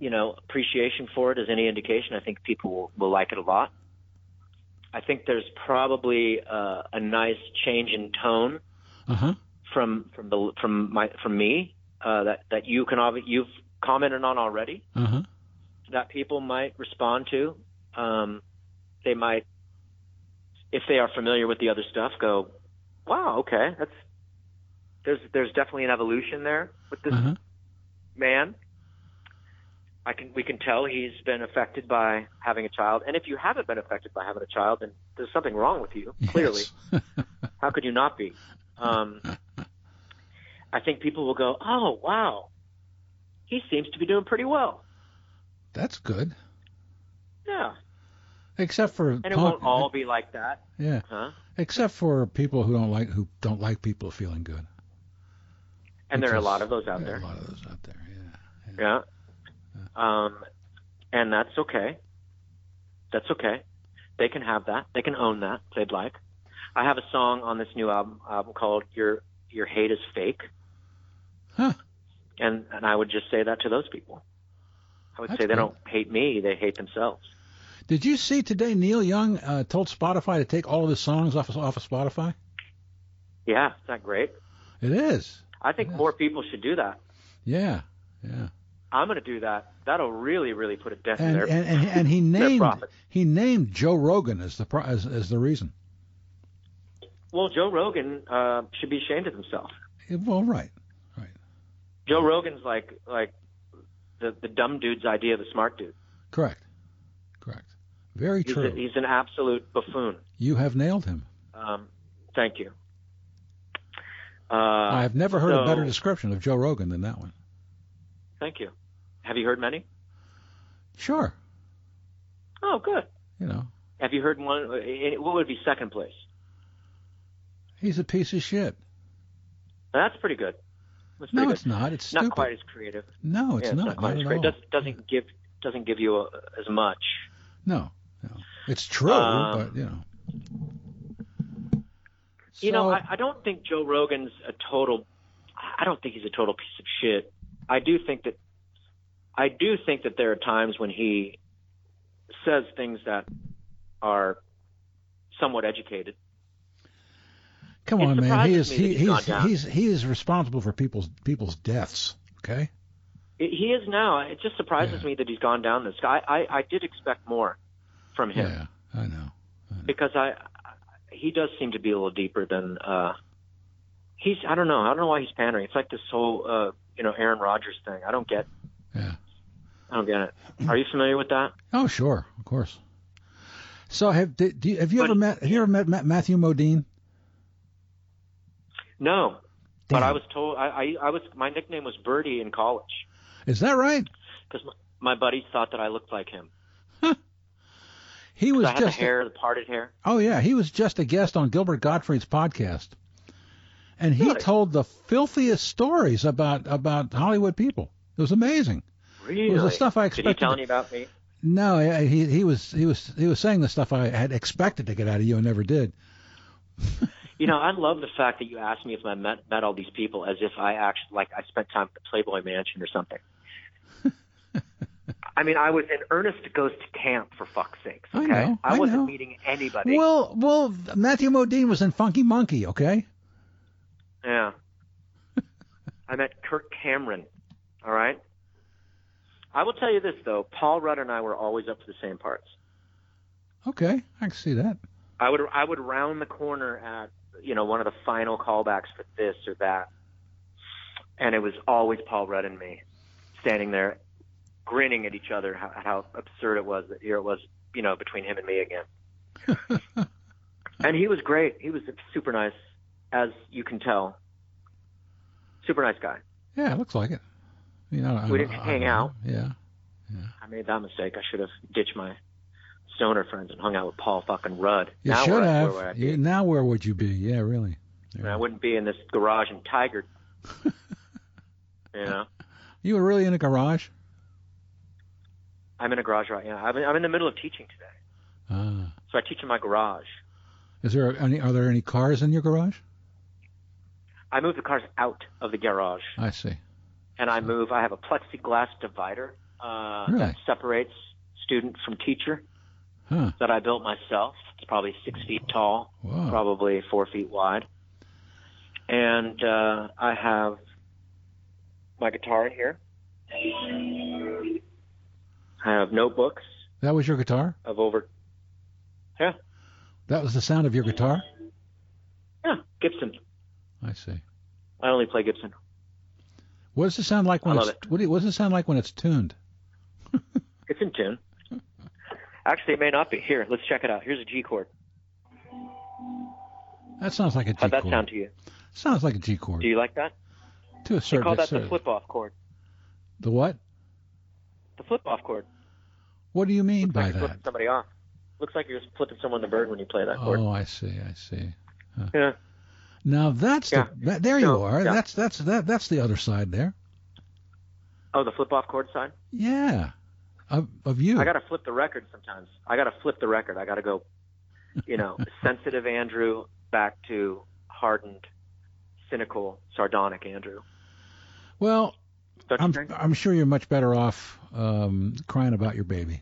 Speaker 2: you know appreciation for it is any indication, I think people will, will like it a lot. I think there's probably uh, a nice change in tone
Speaker 1: Uh huh.
Speaker 2: from from the from my from me uh, that that you can obvi- you've commented on already
Speaker 1: Uh huh.
Speaker 2: that people might respond to. Um, they might if they are familiar with the other stuff, go, wow, okay, that's there's there's definitely an evolution there with this
Speaker 1: Uh-huh.
Speaker 2: man. I can we can tell he's been affected by having a child, and if you haven't been affected by having a child, then there's something wrong with you. Clearly,
Speaker 1: Uh-huh. Yes.
Speaker 2: how could you not be? Um, I think people will go, oh wow, he seems to be doing pretty well.
Speaker 1: That's good.
Speaker 2: Yeah,
Speaker 1: Except for
Speaker 2: and it
Speaker 1: punk-
Speaker 2: won't all be like that,
Speaker 1: yeah.
Speaker 2: huh?
Speaker 1: Except for people who don't like who don't like people feeling good.
Speaker 2: And there are a
Speaker 1: Because
Speaker 2: lot of those out
Speaker 1: there are
Speaker 2: there.
Speaker 1: A lot of those out there. Yeah.
Speaker 2: Yeah. Um, and that's okay. That's okay. They can have that. They can own that if they'd like. I have a song on this new album, album called "Your Your Hate Is Fake,"
Speaker 1: Huh.
Speaker 2: and and I would just say that to those people. I would
Speaker 1: That's
Speaker 2: say they
Speaker 1: good.
Speaker 2: don't hate me; they hate themselves.
Speaker 1: Did you see today Neil Young uh, told Spotify to take all of his songs off of, off of Spotify?
Speaker 2: Yeah, is that great?
Speaker 1: It is.
Speaker 2: I think
Speaker 1: Yes.
Speaker 2: more people should do that.
Speaker 1: Yeah. Yeah.
Speaker 2: I'm going to do that. That'll really, really put a dent in
Speaker 1: And
Speaker 2: their
Speaker 1: and, and, and he
Speaker 2: their
Speaker 1: named
Speaker 2: profit.
Speaker 1: he named Joe Rogan as the pro- as, as the reason.
Speaker 2: Well, Joe Rogan uh, should be ashamed of himself.
Speaker 1: Eh, Well, right.
Speaker 2: Joe Rogan's like like the the dumb dude's idea of the smart dude.
Speaker 1: Correct. Correct. Very
Speaker 2: He's,
Speaker 1: true.
Speaker 2: a, he's an absolute buffoon.
Speaker 1: you have nailed him.
Speaker 2: Um, thank you. Uh,
Speaker 1: I have never heard a
Speaker 2: so-
Speaker 1: better description of Joe Rogan than that one.
Speaker 2: Thank you. Have you heard many?
Speaker 1: Sure.
Speaker 2: Oh, good.
Speaker 1: You know,
Speaker 2: Have you heard one? eh, What would be second place?
Speaker 1: he's a piece of shit.
Speaker 2: That's pretty good. That's pretty
Speaker 1: No,
Speaker 2: good.
Speaker 1: it's not. It's stupid.
Speaker 2: Not quite as creative.
Speaker 1: No, it's
Speaker 2: Yeah,
Speaker 1: not. Not
Speaker 2: quite as
Speaker 1: at all.
Speaker 2: creative. Does, doesn't give doesn't give you a, as much.
Speaker 1: No, no. It's true,
Speaker 2: Um,
Speaker 1: but you know.
Speaker 2: You know,
Speaker 1: So-
Speaker 2: I, I don't think Joe Rogan's a total. I don't think he's a total piece of shit. I do think that. I do think that there are times when he says things that are somewhat educated.
Speaker 1: come
Speaker 2: it
Speaker 1: on, man. He is
Speaker 2: surprises me
Speaker 1: he,
Speaker 2: that he's gone
Speaker 1: he's
Speaker 2: down.
Speaker 1: he's he is responsible for people's people's deaths. Okay.
Speaker 2: It, he is now. It just surprises
Speaker 1: Yeah.
Speaker 2: me that he's gone down this guy. I, I did expect more from him
Speaker 1: Yeah, I know.
Speaker 2: because I, I he does seem to be a little deeper than uh he's I don't know. I don't know why he's pandering. It's like this whole uh you know Aaron Rodgers thing. I don't get
Speaker 1: Yeah.
Speaker 2: I don't get it. Are you familiar with that?
Speaker 1: Oh, sure, of course. So have did, do you, have you
Speaker 2: But-
Speaker 1: ever met have you ever met, Ma- Matthew Modine?
Speaker 2: No, but
Speaker 1: Damn.
Speaker 2: I was told I, I I was my nickname was Birdie in college
Speaker 1: Is that right?
Speaker 2: because my, my buddies thought that I looked like him.
Speaker 1: He
Speaker 2: 'Cause
Speaker 1: was
Speaker 2: I had
Speaker 1: just
Speaker 2: the hair, the parted hair.
Speaker 1: Oh yeah, he was just a guest on Gilbert Gottfried's podcast, and he
Speaker 2: Really?
Speaker 1: told the filthiest stories about about Hollywood people. It was amazing.
Speaker 2: Really?
Speaker 1: It was the stuff I
Speaker 2: Did he
Speaker 1: expected.
Speaker 2: tell any about me?
Speaker 1: No, yeah, he he was he was he was saying the stuff I had expected to get out of you and never did.
Speaker 2: You know, I love the fact that you asked me if I met met all these people as if I actually like I spent time at the Playboy Mansion or something. I mean, I was an earnest goes to camp for fuck's sakes.
Speaker 1: I
Speaker 2: Okay,
Speaker 1: know, I
Speaker 2: wasn't
Speaker 1: know.
Speaker 2: meeting anybody.
Speaker 1: Well, well, Matthew Modine was in Funky Monkey, okay?
Speaker 2: Yeah. I met Kirk Cameron. All right. I will tell you this though, Paul Rudd and I were always up for the same parts.
Speaker 1: Okay, I can see that.
Speaker 2: I would I would round the corner at you know one of the final callbacks for this or that, and it was always Paul Rudd and me standing there, grinning at each other how, how absurd it was that here it was you know between him and me again. and he was great. He was super nice, as you can tell. Super nice guy.
Speaker 1: Yeah, it looks like it. You know, I-
Speaker 2: We didn't
Speaker 1: I-
Speaker 2: hang
Speaker 1: I-
Speaker 2: out.
Speaker 1: Yeah,
Speaker 2: I made that mistake. I should have ditched my stoner friends and hung out with Paul fucking Rudd.
Speaker 1: you
Speaker 2: now
Speaker 1: should
Speaker 2: where, I-
Speaker 1: have.
Speaker 2: Where would I be?
Speaker 1: You- now where would you be? Yeah, really.
Speaker 2: And I wouldn't be in this garage in Tiger. you know,
Speaker 1: You were really in a garage.
Speaker 2: I'm in a garage right now. I'm in, I'm in the middle of teaching today,
Speaker 1: Ah.
Speaker 2: so I teach in my garage.
Speaker 1: Is there any? Are there any cars in your garage?
Speaker 2: I move the cars out of the garage,
Speaker 1: I see.
Speaker 2: and I move. I have a plexiglass divider uh,
Speaker 1: Really?
Speaker 2: that separates student from teacher
Speaker 1: Huh.
Speaker 2: that I built myself. It's probably six feet tall.
Speaker 1: Wow.
Speaker 2: probably four feet wide. And uh, I have my guitar in here. I have notebooks
Speaker 1: That was your guitar.
Speaker 2: of over.
Speaker 1: That was the sound of your guitar?
Speaker 2: Yeah, Gibson.
Speaker 1: I see.
Speaker 2: I only play Gibson.
Speaker 1: What does it sound like when
Speaker 2: I
Speaker 1: it's
Speaker 2: love
Speaker 1: what, do you- what does it sound like when it's tuned?
Speaker 2: It's in tune. Actually, it may not be. Here, let's check it out. Here's a G chord.
Speaker 1: That sounds like a G
Speaker 2: How'd that
Speaker 1: chord.
Speaker 2: sound to you?
Speaker 1: Sounds like a G chord
Speaker 2: Do you like that?
Speaker 1: to a
Speaker 2: They
Speaker 1: certain
Speaker 2: call that the
Speaker 1: certain-
Speaker 2: flip off chord.
Speaker 1: the what?
Speaker 2: The flip off chord.
Speaker 1: What do you mean
Speaker 2: Looks
Speaker 1: by
Speaker 2: like you're
Speaker 1: that?
Speaker 2: flipping somebody off. Looks like you're just flipping someone the bird when you play that chord.
Speaker 1: Oh, I see. I see. Huh.
Speaker 2: Yeah.
Speaker 1: Now that's
Speaker 2: Yeah.
Speaker 1: the that, there you
Speaker 2: No,
Speaker 1: are.
Speaker 2: yeah.
Speaker 1: That's that's that that's the other side there.
Speaker 2: Oh, the flip off chord side?
Speaker 1: Yeah. Of, of you.
Speaker 2: I got to flip the record sometimes. I got to flip the record. I got to go, you know, sensitive Andrew back to hardened, cynical, sardonic Andrew.
Speaker 1: well,
Speaker 2: Don't you
Speaker 1: I'm
Speaker 2: think?
Speaker 1: I'm sure you're much better off um, crying about your baby.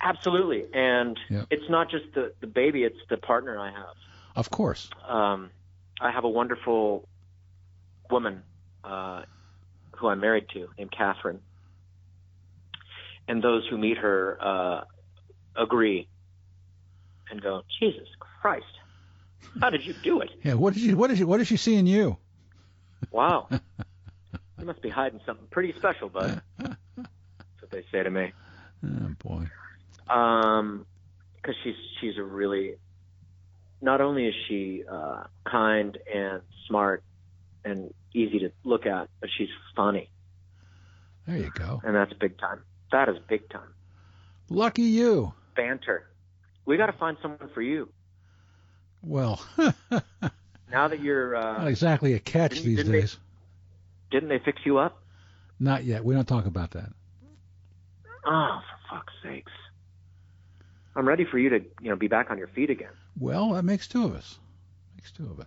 Speaker 2: Absolutely. And
Speaker 1: Yeah.
Speaker 2: it's not just the, the baby, it's the partner I have.
Speaker 1: Of course.
Speaker 2: um, I have a wonderful woman uh, who I'm married to named Catherine. And those who meet her uh, agree and go, Jesus Christ, how did you do it?
Speaker 1: Yeah. What did you what did you what did she see in you?
Speaker 2: Wow. You must be hiding something pretty special, bud. That's what they say to me.
Speaker 1: Oh boy.
Speaker 2: Um, because she's she's a really not only is she uh, kind and smart and easy to look at, but she's funny,
Speaker 1: There you go.
Speaker 2: and that's big time. That is big time
Speaker 1: Lucky you.
Speaker 2: banter. We got to find someone for you
Speaker 1: Well,
Speaker 2: now that you're. Uh,
Speaker 1: not exactly a catch
Speaker 2: Didn't-
Speaker 1: these
Speaker 2: didn't they-
Speaker 1: days.
Speaker 2: didn't they fix you up?
Speaker 1: Not yet. We don't talk about that.
Speaker 2: Oh, for fuck's sakes! I'm ready for you to you know be back on your feet again.
Speaker 1: Well, that makes two of us. Makes two of us.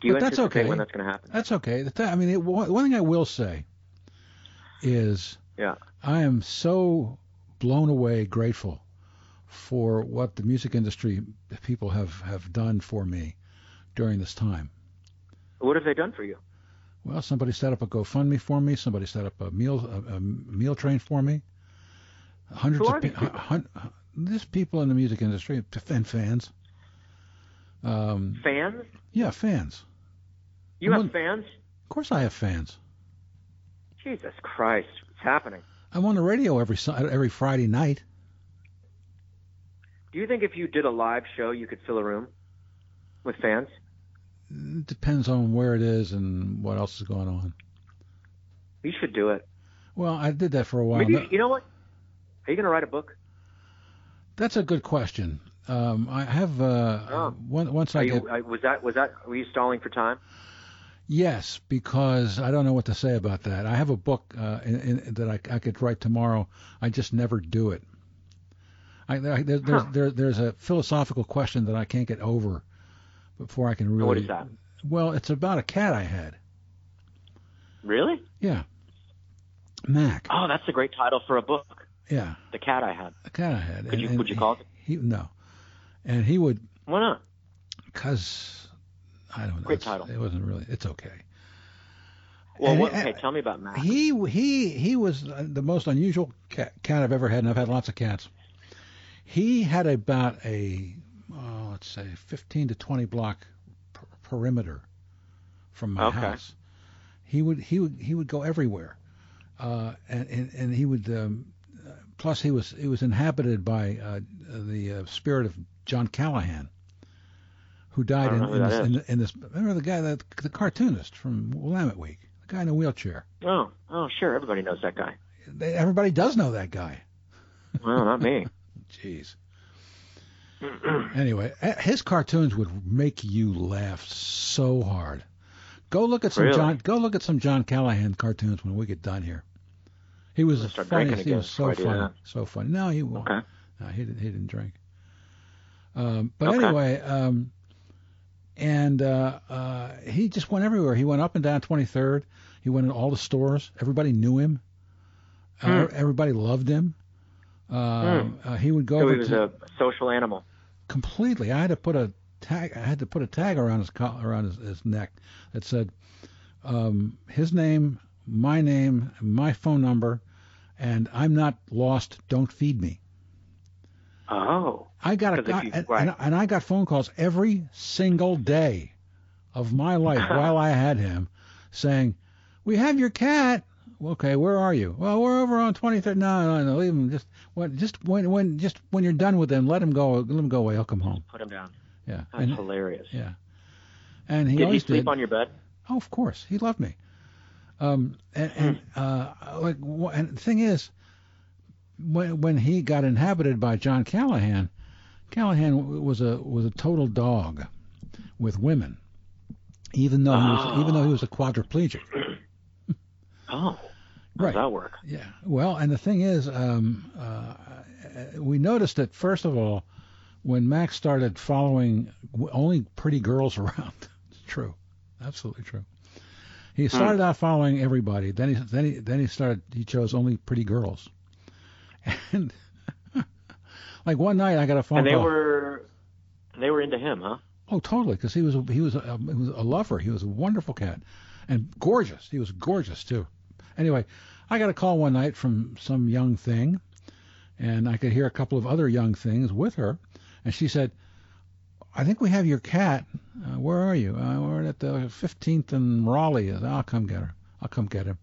Speaker 2: Do you
Speaker 1: But that's
Speaker 2: anticipate
Speaker 1: okay.
Speaker 2: when that's going to happen?
Speaker 1: That's okay. The th- I mean, it, one one thing I will say is,
Speaker 2: Yeah.
Speaker 1: I am so blown away, grateful for what the music industry people have have done for me during this time.
Speaker 2: What have they done for you?
Speaker 1: Well, somebody set up a GoFundMe for me. Somebody set up a meal a, a meal train for me. Hundreds
Speaker 2: Who are
Speaker 1: of pe-
Speaker 2: these people?
Speaker 1: hun- hun- these people in the music industry and fans. Um,
Speaker 2: Fans?
Speaker 1: yeah, fans.
Speaker 2: You
Speaker 1: Well-
Speaker 2: have fans?
Speaker 1: Of course, I have fans.
Speaker 2: Jesus Christ, what's happening?
Speaker 1: I'm on the radio every Sun- every Friday night.
Speaker 2: Do you think if you did a live show, you could fill a room with fans?
Speaker 1: It depends on where it is and what else is going on.
Speaker 2: You should do it.
Speaker 1: Well, I did that for a while.
Speaker 2: Maybe you,
Speaker 1: That-
Speaker 2: you know what? Are you going to write a book?
Speaker 1: that's a good question. Um, I have uh,
Speaker 2: Oh.
Speaker 1: one, once
Speaker 2: Are
Speaker 1: I
Speaker 2: you,
Speaker 1: get
Speaker 2: uh, was that was that were you stalling for time?
Speaker 1: yes because I don't know what to say about that. I have a book uh, in, in, that I, I could write tomorrow. I just never do it. I, I, there, there's,
Speaker 2: Huh.
Speaker 1: there, there's a philosophical question that I can't get over before I can really.
Speaker 2: What is that?
Speaker 1: Well, it's about a cat I had.
Speaker 2: Really?
Speaker 1: Yeah, Mac.
Speaker 2: Oh, that's a great title for a book.
Speaker 1: Yeah,
Speaker 2: The cat I had.
Speaker 1: a cat I had.
Speaker 2: Could you would you call it?
Speaker 1: He, no, and he would
Speaker 2: Why not?
Speaker 1: Cause I don't know.
Speaker 2: Great
Speaker 1: it's-
Speaker 2: title.
Speaker 1: It wasn't really. It's okay.
Speaker 2: Well,
Speaker 1: And-
Speaker 2: what,
Speaker 1: and-
Speaker 2: okay, tell me about Mac.
Speaker 1: He he he was the most unusual cat, cat I've ever had, and I've had lots of cats. He had about a oh, let's say fifteen to twenty block per- perimeter from my
Speaker 2: Okay.
Speaker 1: house. He would he would he would go everywhere, uh, and, and and he would. Um, uh, plus, he was he was inhabited by uh, the uh, spirit of John Callahan, who
Speaker 2: I
Speaker 1: died
Speaker 2: don't
Speaker 1: in,
Speaker 2: know who
Speaker 1: in,
Speaker 2: that
Speaker 1: this,
Speaker 2: is.
Speaker 1: in, in this. Remember the guy that the cartoonist from Willamette Week, the guy in a wheelchair.
Speaker 2: Oh, oh, sure. Everybody knows that guy.
Speaker 1: They, everybody does know that guy.
Speaker 2: Well, not me.
Speaker 1: Jeez. anyway, eh, his cartoons would make you laugh so hard. Go look at some
Speaker 2: Really?
Speaker 1: John. Go look at some John Callahan cartoons when we get done here. He was the
Speaker 2: I'm gonna start
Speaker 1: funniest.
Speaker 2: drinking
Speaker 1: He was
Speaker 2: again
Speaker 1: so
Speaker 2: before I do
Speaker 1: funny. So funny. No, he won't.
Speaker 2: Okay.
Speaker 1: No, he didn't. He didn't drink. Um, but
Speaker 2: Okay.
Speaker 1: anyway, um, and uh, uh, he just went everywhere. He went up and down 23rd. He went in all the stores. Everybody knew him.
Speaker 2: Hmm.
Speaker 1: Uh, everybody loved him. Um, uh, he would go
Speaker 2: So
Speaker 1: over
Speaker 2: he was
Speaker 1: to,
Speaker 2: a social animal.
Speaker 1: completely. I had to put a tag. I had to put a tag around his col- around his, his neck that said um, his name, my name, my phone number, and I'm not lost. Don't feed me.
Speaker 2: Oh.
Speaker 1: I got a,
Speaker 2: Because
Speaker 1: I,
Speaker 2: if you-
Speaker 1: and,
Speaker 2: right.
Speaker 1: and I got phone calls every single day of my life while I had him saying, "We have your cat." Okay, where are you? Well, we're over on 23rd. No, no, no, leave him. Just when, just when, when, just when you're done with him, let him go. Let him go away. I'll come home.
Speaker 2: Put him down.
Speaker 1: Yeah,
Speaker 2: That's
Speaker 1: and,
Speaker 2: hilarious.
Speaker 1: yeah. and he
Speaker 2: Did he
Speaker 1: always
Speaker 2: sleep
Speaker 1: did.
Speaker 2: on your bed?
Speaker 1: Oh, of course, he loved me. Um, and, and
Speaker 2: Hmm.
Speaker 1: uh, like, wh- and the thing is, when when he got inhabited by John Callahan, Callahan w- was a was a total dog with women, even though he was, even though he was a quadriplegic.
Speaker 2: Oh. How
Speaker 1: Right.
Speaker 2: does that work?
Speaker 1: Yeah. Well, and the thing is, um, uh, we noticed that first of all, when Max started following w- only pretty girls around, it's true, absolutely true. He
Speaker 2: Hmm.
Speaker 1: started out following everybody. Then he then he then he started. He chose only pretty girls, and like one night I got a phone
Speaker 2: And they
Speaker 1: call.
Speaker 2: were they were into him, huh?
Speaker 1: Oh, totally, because he was a, he was a, he was a lover. He was a wonderful cat, and gorgeous. He was gorgeous too. Anyway, I got a call one night from some young thing, and I could hear a couple of other young things with her, and she said, "I think we have your cat. Uh, where are you? Uh, we're at the 15th and Raleigh. I'll come get her. I'll come get him."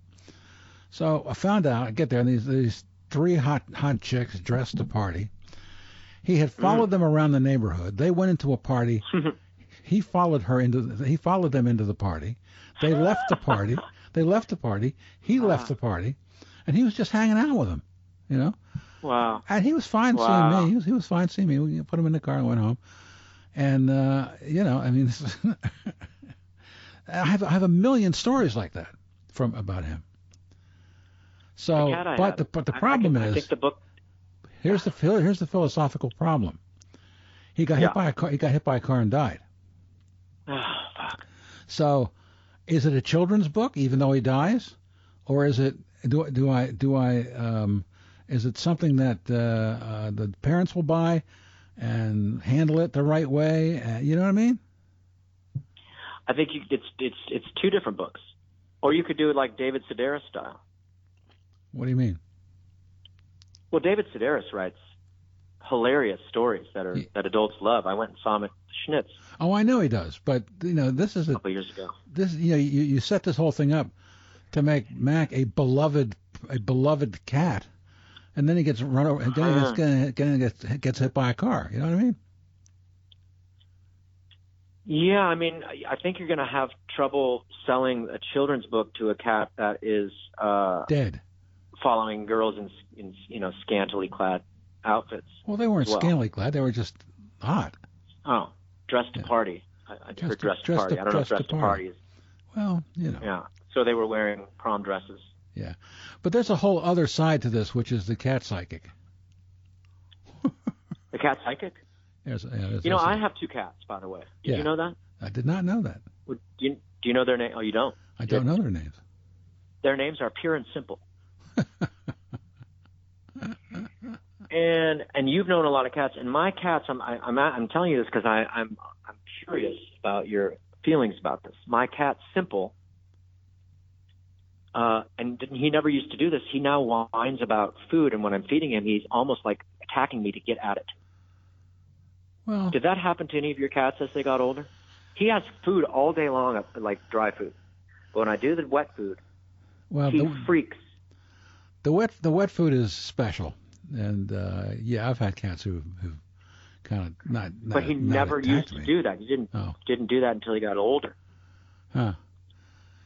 Speaker 1: So I found out. I get there, and these these three hot hot chicks dressed to party. He had followed them around the neighborhood. They went into a party. he followed her into. The, he followed them into the party. They left the party. They left the party. He left the party, and he was just hanging out with them, you know.
Speaker 2: Wow.
Speaker 1: And he was fine
Speaker 2: Wow.
Speaker 1: seeing me. He was, he was fine seeing me. We put him in the car and went home. And uh, you know, I mean, this is- I have I have a million stories like that from about him. So,
Speaker 2: the cat I
Speaker 1: but
Speaker 2: had.
Speaker 1: the but the
Speaker 2: I- I
Speaker 1: problem
Speaker 2: can- I
Speaker 1: is
Speaker 2: think the book
Speaker 1: here's the phil- here's the philosophical problem. He got
Speaker 2: Yeah.
Speaker 1: hit by a car. He got hit by a car and died.
Speaker 2: oh, fuck.
Speaker 1: So, is it a children's book, even though he dies, or is it do do I do I um, is it something that uh, uh, the parents will buy and handle it the right way? Uh, you know what I mean?
Speaker 2: I think you, it's it's it's two different books. Or you could do it like David Sedaris style.
Speaker 1: What do you mean?
Speaker 2: Well, David Sedaris writes hilarious stories that are
Speaker 1: Yeah.
Speaker 2: that adults love. I went and saw him at Schnitz
Speaker 1: Oh, I know he does, but you know this is
Speaker 2: a
Speaker 1: a
Speaker 2: couple years ago.
Speaker 1: this you know you, you set this whole thing up to make Mac a beloved a beloved cat, and then he gets run over and then he gets, gets, gets gets hit by a car. You know what I mean?
Speaker 2: Yeah, I mean, I- I think you're going to have trouble selling a children's book to a cat that is uh,
Speaker 1: Dead.
Speaker 2: following girls in, in you know scantily clad outfits.
Speaker 1: Well, they weren't
Speaker 2: Well.
Speaker 1: scantily clad; they were just hot.
Speaker 2: Oh, dressed to party. I, I
Speaker 1: Dressed
Speaker 2: heard
Speaker 1: to-
Speaker 2: dressed to
Speaker 1: dressed
Speaker 2: party.
Speaker 1: to-
Speaker 2: I don't know if
Speaker 1: dressed to
Speaker 2: dressed to party is.
Speaker 1: Well, you know.
Speaker 2: Yeah. So they were wearing prom dresses.
Speaker 1: But there's a whole other side to this, which is the cat psychic.
Speaker 2: The cat psychic.
Speaker 1: There's, yeah, there's,
Speaker 2: You know, I
Speaker 1: there's-
Speaker 2: have two cats, by the way. Did
Speaker 1: Yeah.
Speaker 2: you know that?
Speaker 1: I did not know that.
Speaker 2: Would- Do you, do you know their name? Oh, you don't.
Speaker 1: I don't know their names.
Speaker 2: Their names are pure and simple. and and you've known a lot of cats, and my cats. I'm I, I'm I'm telling you this because I I'm I'm curious about your feelings about this. My cat Simple, uh, and didn't- he never used to do this. He now whines about food, and when I'm feeding him, he's almost like attacking me to get at it.
Speaker 1: Well,
Speaker 2: Did that happen to any of your cats as they got older? He has food all day long, like dry food. But when I do the wet food,
Speaker 1: well,
Speaker 2: he
Speaker 1: the,
Speaker 2: freaks.
Speaker 1: the wet the wet food is special, and uh, yeah, I've had cats who who kind of not, not.
Speaker 2: But he
Speaker 1: not
Speaker 2: never
Speaker 1: attacked
Speaker 2: used to
Speaker 1: me.
Speaker 2: do that. He didn't
Speaker 1: Oh.
Speaker 2: didn't do that until he got older.
Speaker 1: Huh.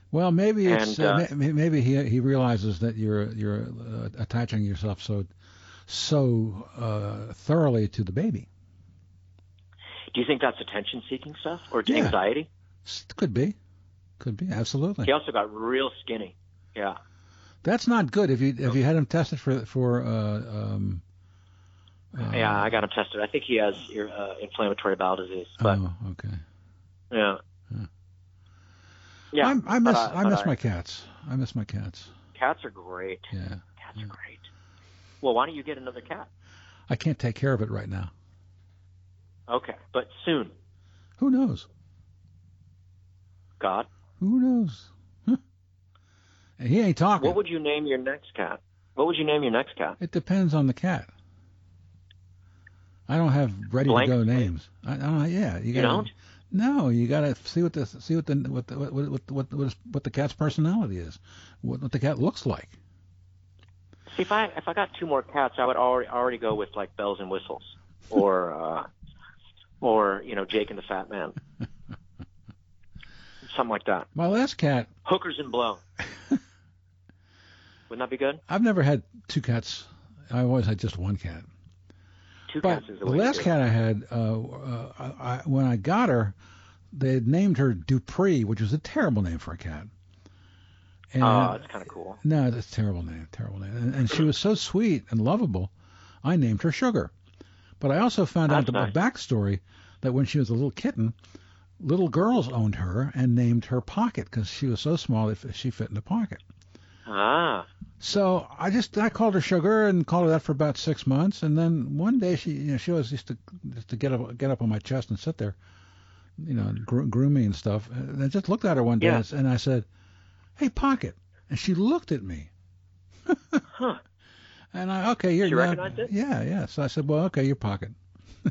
Speaker 1: Well, maybe it's
Speaker 2: And,
Speaker 1: uh, may- maybe he he realizes that you're you're uh, attaching yourself so so uh, thoroughly to the baby.
Speaker 2: Do you think that's attention seeking stuff or
Speaker 1: Yeah.
Speaker 2: anxiety?
Speaker 1: S- Could be, could be absolutely.
Speaker 2: He also got real skinny. Yeah.
Speaker 1: That's not good. If you if you had him tested for for uh, um, uh, Oh.
Speaker 2: yeah, I got him tested. I think he has uh, inflammatory bowel disease. But
Speaker 1: oh, okay.
Speaker 2: yeah. Yeah.
Speaker 1: I'm, I
Speaker 2: but
Speaker 1: miss
Speaker 2: I-
Speaker 1: I
Speaker 2: but
Speaker 1: miss
Speaker 2: I-
Speaker 1: my cats. I miss my cats.
Speaker 2: Cats are great.
Speaker 1: Yeah,
Speaker 2: Cats are great. Well, why don't you get another cat?
Speaker 1: I can't take care of it right now.
Speaker 2: Okay, but soon.
Speaker 1: Who knows?
Speaker 2: God,
Speaker 1: Who knows? Huh. And he ain't talking.
Speaker 2: what would you name your next cat? What would you name your next cat?
Speaker 1: it depends on the cat. I don't have ready
Speaker 2: Blank
Speaker 1: to go
Speaker 2: space.
Speaker 1: names. I, I don't, yeah, you,
Speaker 2: You
Speaker 1: gotta,
Speaker 2: don't?
Speaker 1: No, you got to see what the see what the what the, what what what what, what the cat's personality is, what, what the cat looks like.
Speaker 2: See, if I if I got two more cats, I would already already go with like bells and whistles, or uh, or you know Jake and the Fat Man, something like that.
Speaker 1: My last cat,
Speaker 2: Hookers and blow. Wouldn't that be good?
Speaker 1: I've never had two cats. I always had just one cat.
Speaker 2: Two
Speaker 1: But
Speaker 2: cats is the,
Speaker 1: the
Speaker 2: way to
Speaker 1: last
Speaker 2: do it.
Speaker 1: cat I had, uh, uh, I, I, when I got her, they had named her Dupree, which was a terrible name for a cat. And
Speaker 2: Oh, it's kind of cool.
Speaker 1: No, that's a terrible name. Terrible name. And, and she was so sweet and lovable, I named her Sugar. But I also found out the
Speaker 2: That's
Speaker 1: the backstory that when she was a little kitten, little girls owned her and named her Pocket because she was so small that f- she fit in the pocket.
Speaker 2: Ah,
Speaker 1: So I just I called her Sugar and called her that for about six months, and then one day she you know she always used to used to get up get up on my chest and sit there, you know, and gro- groom me and stuff. And I just looked at her one day
Speaker 2: Yeah.
Speaker 1: and s- and I said, "Hey, Pocket," and she looked at me.
Speaker 2: Huh.
Speaker 1: And I okay, you're
Speaker 2: She
Speaker 1: now-
Speaker 2: recognized it?
Speaker 1: Yeah, yeah. So I said, well, okay, your pocket.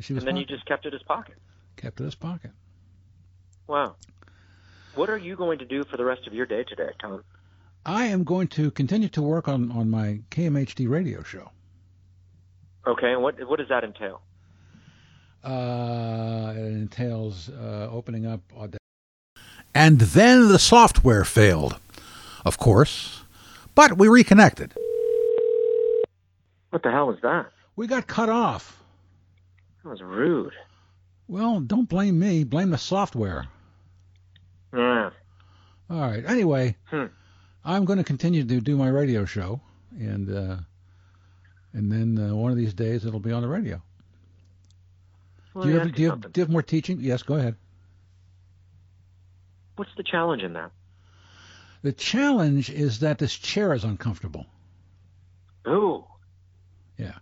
Speaker 1: she was
Speaker 2: and then you
Speaker 1: Pocket.
Speaker 2: just kept it as pocket.
Speaker 1: kept it as pocket.
Speaker 2: Wow. What are you going to do for the rest of your day today, Tom?
Speaker 1: I am going to continue to work on on my KMHD radio show.
Speaker 2: Okay, and what what does that entail?
Speaker 1: Uh, it entails uh, opening up Audacity. And then the software failed, of course, but we reconnected.
Speaker 2: What the hell was that?
Speaker 1: We got cut off.
Speaker 2: That was rude.
Speaker 1: Well, don't blame me. Blame the software.
Speaker 2: Yeah.
Speaker 1: All right. Anyway,
Speaker 2: Hmm.
Speaker 1: I'm going to continue to do my radio show, and uh, and then uh, one of these days it'll be on the radio.
Speaker 2: Well,
Speaker 1: do you
Speaker 2: let
Speaker 1: have
Speaker 2: me ask
Speaker 1: do you have,
Speaker 2: something.
Speaker 1: do you have more teaching? Yes, go ahead.
Speaker 2: What's the challenge in that?
Speaker 1: The challenge is that this chair is uncomfortable.
Speaker 2: Ooh.
Speaker 1: Yeah.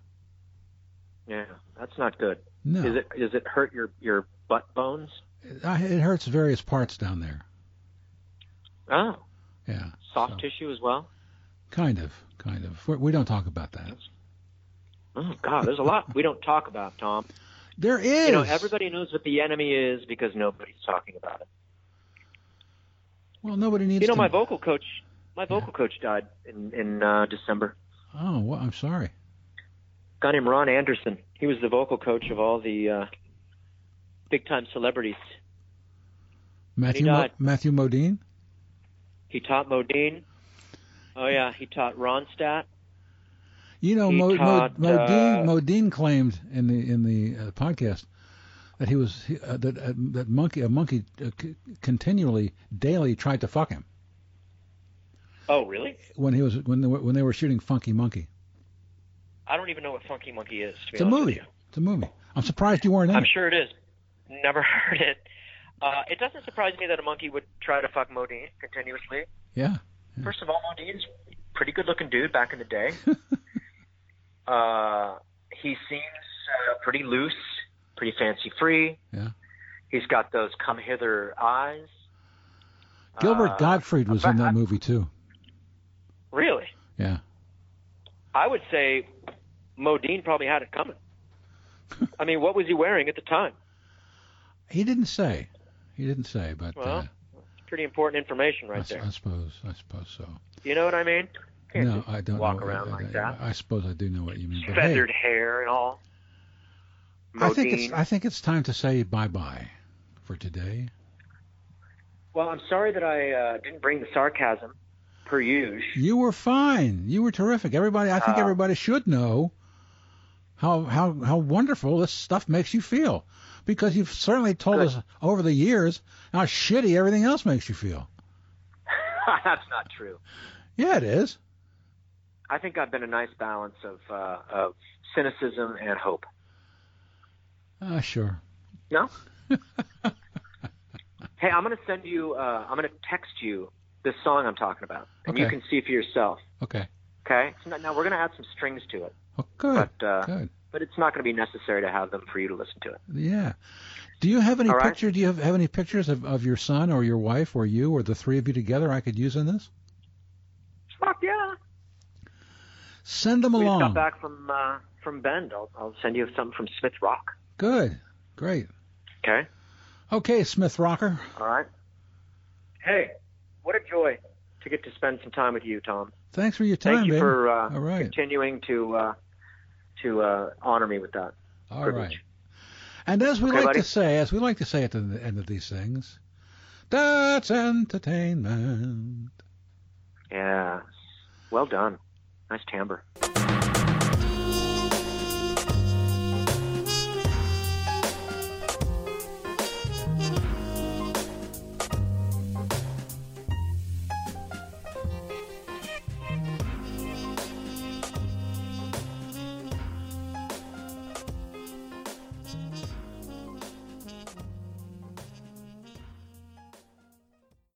Speaker 2: Yeah, that's not good.
Speaker 1: No,
Speaker 2: Is it does it hurt your your butt bones?
Speaker 1: I, it hurts various parts down there.
Speaker 2: Oh,
Speaker 1: Yeah.
Speaker 2: soft
Speaker 1: So-
Speaker 2: tissue as well.
Speaker 1: Kind of, kind of. We're, we don't talk about that.
Speaker 2: Oh God, there's a lot we don't talk about, Tom.
Speaker 1: There is.
Speaker 2: You know, everybody knows what the enemy is because nobody's talking about it.
Speaker 1: well, nobody needs.
Speaker 2: You know,
Speaker 1: to-
Speaker 2: my vocal coach, my vocal coach died in in uh, December.
Speaker 1: Oh, well, I'm sorry.
Speaker 2: guy named Ron Anderson. He was the vocal coach of all the uh, big time celebrities.
Speaker 1: Matthew Mo-
Speaker 2: died.
Speaker 1: Matthew Modine.
Speaker 2: He taught Modine. Oh yeah, he taught Ronstadt.
Speaker 1: You know,
Speaker 2: He
Speaker 1: Mo- Mo-
Speaker 2: taught,
Speaker 1: Modine.
Speaker 2: uh,
Speaker 1: Modine claimed in the in the uh, podcast that he was he, uh, that uh, that monkey a monkey uh, c- continually daily tried to fuck him
Speaker 2: Oh really?
Speaker 1: when he was when they were, when they were shooting Funky Monkey.
Speaker 2: I don't even know what Funky Monkey is. To be
Speaker 1: It's a
Speaker 2: honest with
Speaker 1: movie.
Speaker 2: you.
Speaker 1: It's a movie. I'm surprised you weren't in
Speaker 2: I'm
Speaker 1: it.
Speaker 2: sure it is. Never heard it. Uh, it doesn't surprise me that a monkey would try to fuck Modine continuously.
Speaker 1: Yeah.
Speaker 2: First of all, Modine's a pretty good looking dude back in the day. uh, he seems uh, pretty loose, pretty fancy free.
Speaker 1: Yeah.
Speaker 2: He's got those come hither eyes.
Speaker 1: Gilbert
Speaker 2: Uh,
Speaker 1: Gottfried was in
Speaker 2: but
Speaker 1: that
Speaker 2: I-
Speaker 1: movie too.
Speaker 2: Really?
Speaker 1: Yeah.
Speaker 2: I would say Modine probably had it coming. I mean, what was he wearing at the time?
Speaker 1: He didn't say. He didn't say, but
Speaker 2: Well,
Speaker 1: uh,
Speaker 2: Pretty important information
Speaker 1: I
Speaker 2: right
Speaker 1: s-
Speaker 2: there.
Speaker 1: I suppose. I suppose so.
Speaker 2: You know what I mean? Can't
Speaker 1: no,
Speaker 2: just
Speaker 1: I don't
Speaker 2: walk
Speaker 1: know.
Speaker 2: around
Speaker 1: I,
Speaker 2: like
Speaker 1: I-
Speaker 2: that.
Speaker 1: I suppose I do know what you mean. But hey,
Speaker 2: Feathered hair and all.
Speaker 1: I think
Speaker 2: Modine.
Speaker 1: it's I think it's time to say bye bye for today.
Speaker 2: Well, I'm sorry that I uh, didn't bring the sarcasm per usual.
Speaker 1: You were fine. You were terrific. Everybody, I think
Speaker 2: Oh.
Speaker 1: everybody should know how how how wonderful this stuff makes you feel, because you've certainly told
Speaker 2: Good.
Speaker 1: us over the years how shitty everything else makes you feel.
Speaker 2: That's not true.
Speaker 1: Yeah, it is.
Speaker 2: I think I've been a nice balance of uh, of cynicism and hope.
Speaker 1: Ah, sure.
Speaker 2: No. hey, I'm gonna send you. Uh, I'm gonna text you this song I'm talking about, and you
Speaker 1: Okay.
Speaker 2: can see for yourself.
Speaker 1: Okay.
Speaker 2: Okay. It's not, now we're gonna add some strings to it,
Speaker 1: Oh, good.
Speaker 2: but uh,
Speaker 1: Good.
Speaker 2: but it's not gonna be necessary to have them for you to listen to it.
Speaker 1: Yeah. Do you have any
Speaker 2: All right.
Speaker 1: picture? Do you have, have any pictures of, of your son or your wife or you or the three of you together? I could use in this.
Speaker 2: Fuck yeah!
Speaker 1: Send them
Speaker 2: We just
Speaker 1: along.
Speaker 2: got back from uh, from Bend. I'll, I'll send you something from Smith Rock.
Speaker 1: Good. Great.
Speaker 2: Okay.
Speaker 1: Okay, Smith Rocker.
Speaker 2: All right. Hey, what a joy to get to spend some time with you, Tom.
Speaker 1: Thanks for your time,
Speaker 2: Thank you
Speaker 1: baby.
Speaker 2: for uh,
Speaker 1: All right.
Speaker 2: continuing to uh, to uh, honor me with that.
Speaker 1: All right.
Speaker 2: privilege.
Speaker 1: And as we
Speaker 2: Okay,
Speaker 1: like
Speaker 2: buddy.
Speaker 1: to say, as we like to say at the end of these things, that's entertainment.
Speaker 2: Yeah. Well done. Nice timbre.